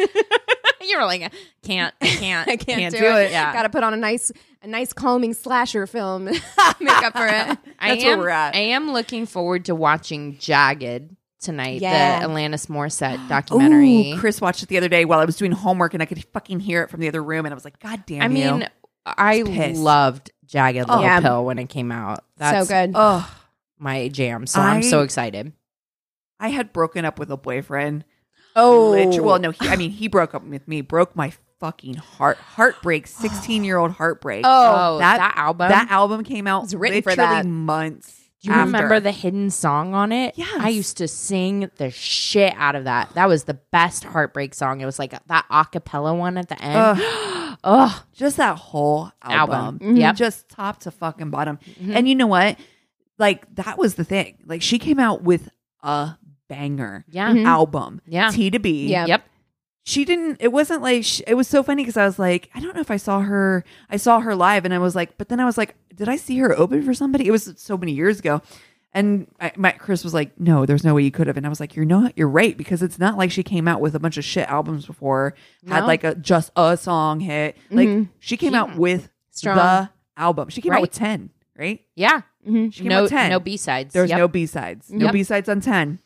You're like, can't, I can't, I can't, do, it. Yeah, Got to put on a nice, a nice calming slasher film, make up for it. I That's where am. we're at. I am looking forward to watching Jagged tonight. Yeah. The Alanis Morissette Ooh, documentary. Chris watched it the other day while I was doing homework, and I could fucking hear it from the other room, and I was like, "God damn!" I you. mean, I pissed. loved Jagged Little Yeah. Pill when it came out. so That's good. oh, my jam. So I, I- am so excited. I had broken up with a boyfriend oh, Lit- well, no, he, I mean, he broke up with me, broke my fucking heart. Heartbreak, 16 year old heartbreak. Oh, that- album. that album came out It's written for literally that. months. do you after. remember the hidden song on it? Yes. I used to sing the shit out of that. That was the best heartbreak song. It was like that a cappella one at the end. Ugh. just that whole album? Album. Mhm. Yep. Just top to fucking bottom. And you know what? Like, that was the thing. Like, she came out with a banger Yeah. Mhm. album, Yeah. T to B. Yeah. Yep. she didn't it wasn't like sh it was so funny because i was like i don't know if i saw her i saw her live and i was like but then i was like did i see her open for somebody it was so many years ago and I, my chris was like no there's no way you could have and i was like you're not you're right because it's not like she came out with a bunch of shit albums before had No. Mm-hmm. like a just a song hit like she came out with Strong. the album she came out Right. with 10 right Yeah. she Mm-hmm. came out No, with 10 no B sides. there's no b-sides no Yep. b-sides on 10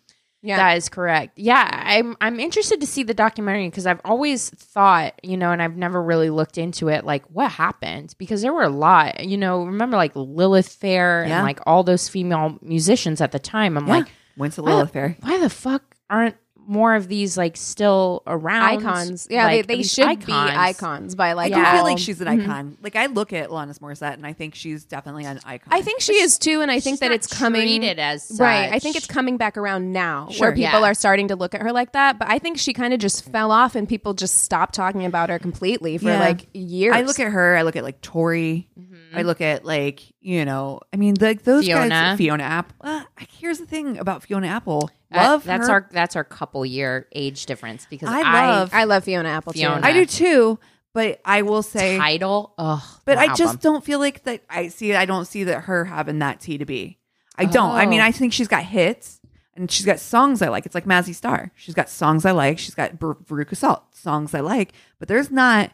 yeah. That is correct. Yeah, I'm I'm interested to see the documentary because I've always thought, you know, and I've never really looked into it like what happened because there were a lot, you know, remember like Lilith Fair Yeah. and like all those female musicians at the time. I'm yeah like, went to why lilith the- fair Why the fuck aren't more of these like still around icons. Yeah, like, they, they these should be icons by like. I do feel all- like she's an Mm-hmm. icon. Like I look at Alanis Morissette and I think she's definitely an icon. I think she is too, and I think She's that not it's coming. treated as right. I such. think it's coming back around now, Sure. where people Yeah. are starting to look at her like that. But I think she kind of just fell off, and people just stopped talking about her completely for Yeah. like years. I look at her. I look at like Tori. I look at like you know. I mean, like those Mm-hmm. Fiona. guys. Fiona Apple. Uh, here's the thing about Fiona Apple. Uh, Love that's her. our that's our couple year age difference because I I, love I love Fiona Apple. Fiona. Too. I do too. But I will say, title. Oh, but I just don't feel like that. I see. I don't see that her having that T to B. I don't. I mean, Oh. I think she's got hits and she's got songs I like. It's like Mazzy Star. She's got songs I like. She's got Ver- Veruca Salt songs I like. But there's not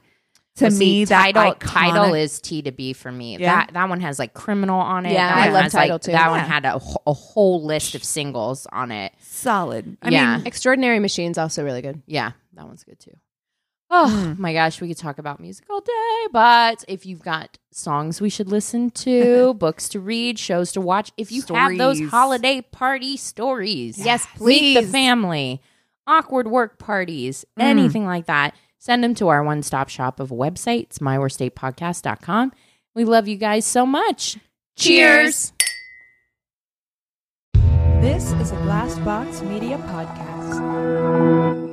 to Well, me see, that title iconic- title is T to B for me. Yeah. That that one has like criminal on it. Yeah, That I one love has, Title like, too. That Yeah. one had a, wh- a whole list of singles on it. solid. I Yeah. mean, Extraordinary Machines also really good. Yeah, that one's good too. Oh Mm. my gosh, we could talk about music all day, but if you've got songs we should listen to, books to read, shows to watch, if you have those Stories. holiday party stories, Yes, meet the please. Mm. family, awkward work parties, anything like that, send them to our one stop shop of websites, myworstatepodcast.com. We love you guys so much. Cheers. This is a Glass Box Media Podcast.